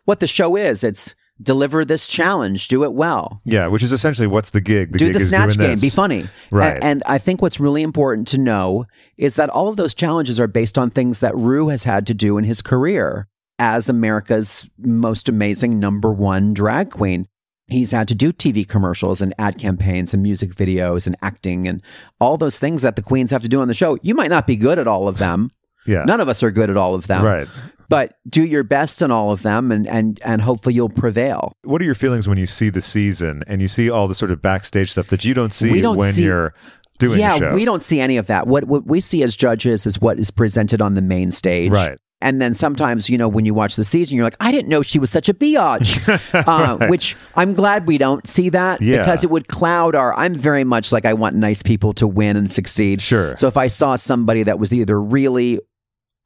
Speaker 4: what the show is. It's deliver this challenge, do it well.
Speaker 1: Yeah. Which is essentially what's the gig. The
Speaker 4: do
Speaker 1: gig
Speaker 4: the
Speaker 1: is
Speaker 4: snatch
Speaker 1: doing
Speaker 4: game,
Speaker 1: this.
Speaker 4: be funny. A-
Speaker 1: Right.
Speaker 4: and I think what's really important to know is that all of those challenges are based on things that Rue has had to do in his career as America's most amazing number one drag queen. He's had to do TV commercials and ad campaigns and music videos and acting and all those things that the queens have to do on the show. You might not be good at all of them.
Speaker 1: Yeah.
Speaker 4: None of us are good at all of them.
Speaker 1: Right.
Speaker 4: But do your best in all of them and, and, and hopefully you'll prevail.
Speaker 1: What are your feelings when you see the season and you see all the sort of backstage stuff that you don't see
Speaker 4: We don't
Speaker 1: when
Speaker 4: see-
Speaker 1: you're doing
Speaker 4: yeah,
Speaker 1: the show?
Speaker 4: we don't see any of that. What what we see as judges is what is presented on the main stage.
Speaker 1: Right.
Speaker 4: And then sometimes, you know, when you watch the season, you're like, I didn't know she was such a biatch, uh,
Speaker 1: Right.
Speaker 4: which I'm glad we don't see that
Speaker 1: Yeah.
Speaker 4: because it would cloud our. I'm very much like I want nice people to win and succeed.
Speaker 1: Sure.
Speaker 4: So if I saw somebody that was either really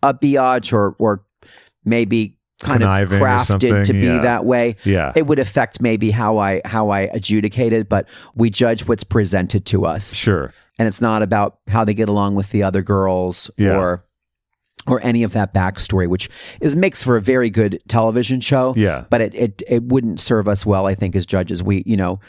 Speaker 4: a biatch or or maybe kind
Speaker 1: Conniving
Speaker 4: of
Speaker 1: or
Speaker 4: crafted to
Speaker 1: something,
Speaker 4: be
Speaker 1: yeah.
Speaker 4: that way,
Speaker 1: Yeah.
Speaker 4: it would affect maybe how I how I adjudicate it. But we judge what's presented to us
Speaker 1: Sure.
Speaker 4: and it's not about how they get along with the other girls
Speaker 1: Yeah.
Speaker 4: or or any of that backstory, which is makes for a very good television show.
Speaker 1: Yeah.
Speaker 4: but it it it wouldn't serve us well, I think, as judges. We you know.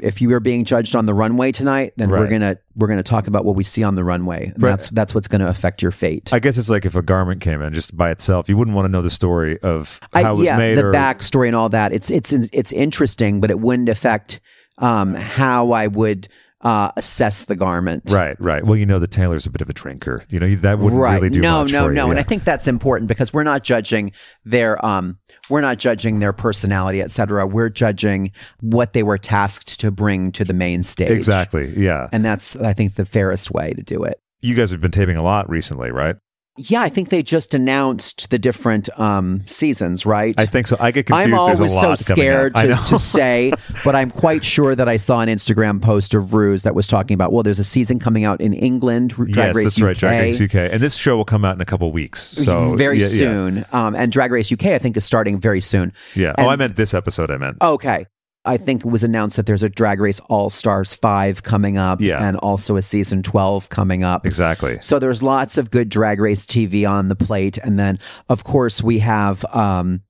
Speaker 4: If you are being judged on the runway tonight, then we're
Speaker 1: Right.
Speaker 4: gonna we're gonna talk about what we see on the runway. And
Speaker 1: Right.
Speaker 4: That's that's what's gonna affect your fate.
Speaker 1: I guess it's like if a garment came in just by itself, you wouldn't want to know the story of how
Speaker 4: I-
Speaker 1: it was
Speaker 4: yeah,
Speaker 1: made
Speaker 4: the
Speaker 1: or
Speaker 4: backstory and all that. It's it's it's interesting, but it wouldn't affect um, how I would uh, assess the garment.
Speaker 1: Right, right. Well, you know, the tailor's a bit of a drinker. You know, that wouldn't
Speaker 4: right.
Speaker 1: really do
Speaker 4: no,
Speaker 1: much
Speaker 4: no,
Speaker 1: for you,
Speaker 4: no. And
Speaker 1: yeah.
Speaker 4: I think that's important because we're not judging their um we're not judging their personality, et cetera. We're judging what they were tasked to bring to the main stage.
Speaker 1: exactly. Yeah,
Speaker 4: And that's I think the fairest way to do it.
Speaker 1: you guys have been taping a lot recently, right?
Speaker 4: Yeah, I think they just announced the different um seasons, right?
Speaker 1: I think so. I get confused.
Speaker 4: I'm
Speaker 1: There's a
Speaker 4: always so
Speaker 1: lot coming up.
Speaker 4: scared
Speaker 1: I
Speaker 4: to,
Speaker 1: know.
Speaker 4: to say, but I'm quite sure that I saw an Instagram post of Ruse that was talking about, well, there's a season coming out in England, Drag
Speaker 1: yes,
Speaker 4: Race
Speaker 1: that's
Speaker 4: UK.
Speaker 1: right. Drag Race UK, and this show will come out in a couple weeks. So
Speaker 4: very
Speaker 1: yeah, yeah.
Speaker 4: soon. Um, and Drag Race UK, I think, is starting very soon.
Speaker 1: Yeah.
Speaker 4: And-
Speaker 1: oh,
Speaker 4: Oh.
Speaker 1: I meant this episode. I meant.
Speaker 4: Okay. I think it was announced that there's a Drag Race All Stars 5 coming up
Speaker 1: Yeah.
Speaker 4: and also a season 12 coming up.
Speaker 1: Exactly.
Speaker 4: So there's lots of good Drag Race TV on the plate. And then, of course, we have um,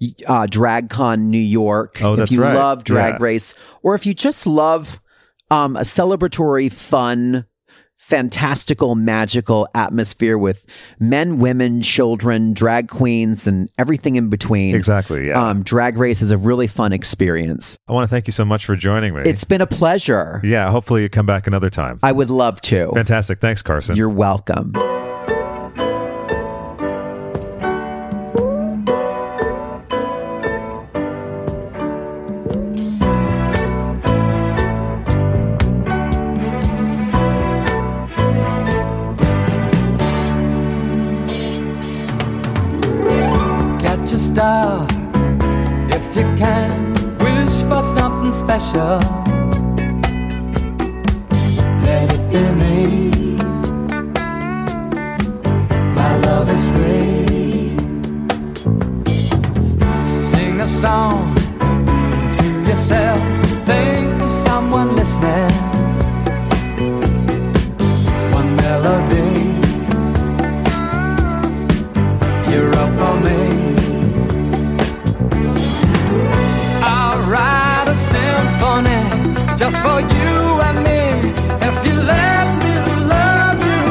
Speaker 4: y- uh, DragCon New York.
Speaker 1: Oh,
Speaker 4: if
Speaker 1: that's
Speaker 4: you
Speaker 1: right.
Speaker 4: love Drag
Speaker 1: Yeah.
Speaker 4: Race, or if you just love um, a celebratory, fun, fantastical, magical atmosphere with men, women, children, drag queens, and everything in between.
Speaker 1: Exactly. Yeah.
Speaker 4: Um, drag Race is a really fun experience.
Speaker 1: I want to thank you so much for joining me.
Speaker 4: It's been a pleasure.
Speaker 1: yeah. Hopefully, you come back another time.
Speaker 4: I would love to.
Speaker 1: Fantastic. Thanks, Carson.
Speaker 4: You're welcome.
Speaker 2: Catch a star if you can. Wish for something special. Let it be me. My love is free. Sing a song to yourself. Think of someone listening. One melody. You're up for me. I'll write a symphony just for you and me. If you let me love you,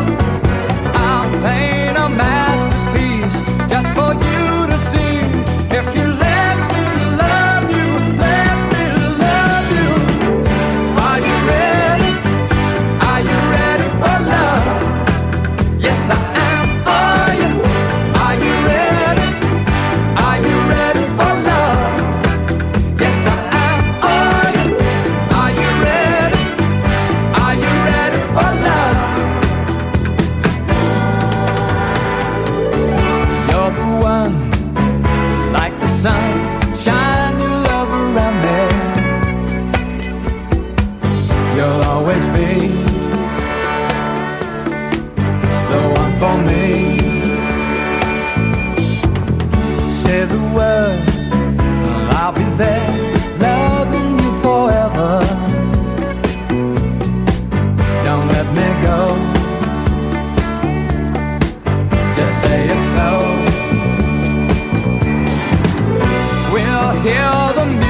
Speaker 2: I'll paint a masterpiece just for you to see. If you let me love you, let me love you. Are you ready? Are you ready for love? Yes, I am. Are you? Are you ready? Are you ready for love? Yes, I am. Are you? Are you ready? Are you ready for love? You're the one, like the sun, shine your love around me. You'll always be the one for me. Say the word, and I'll be there, loving you forever. Don't let me go. Just say it so. We'll hear the music.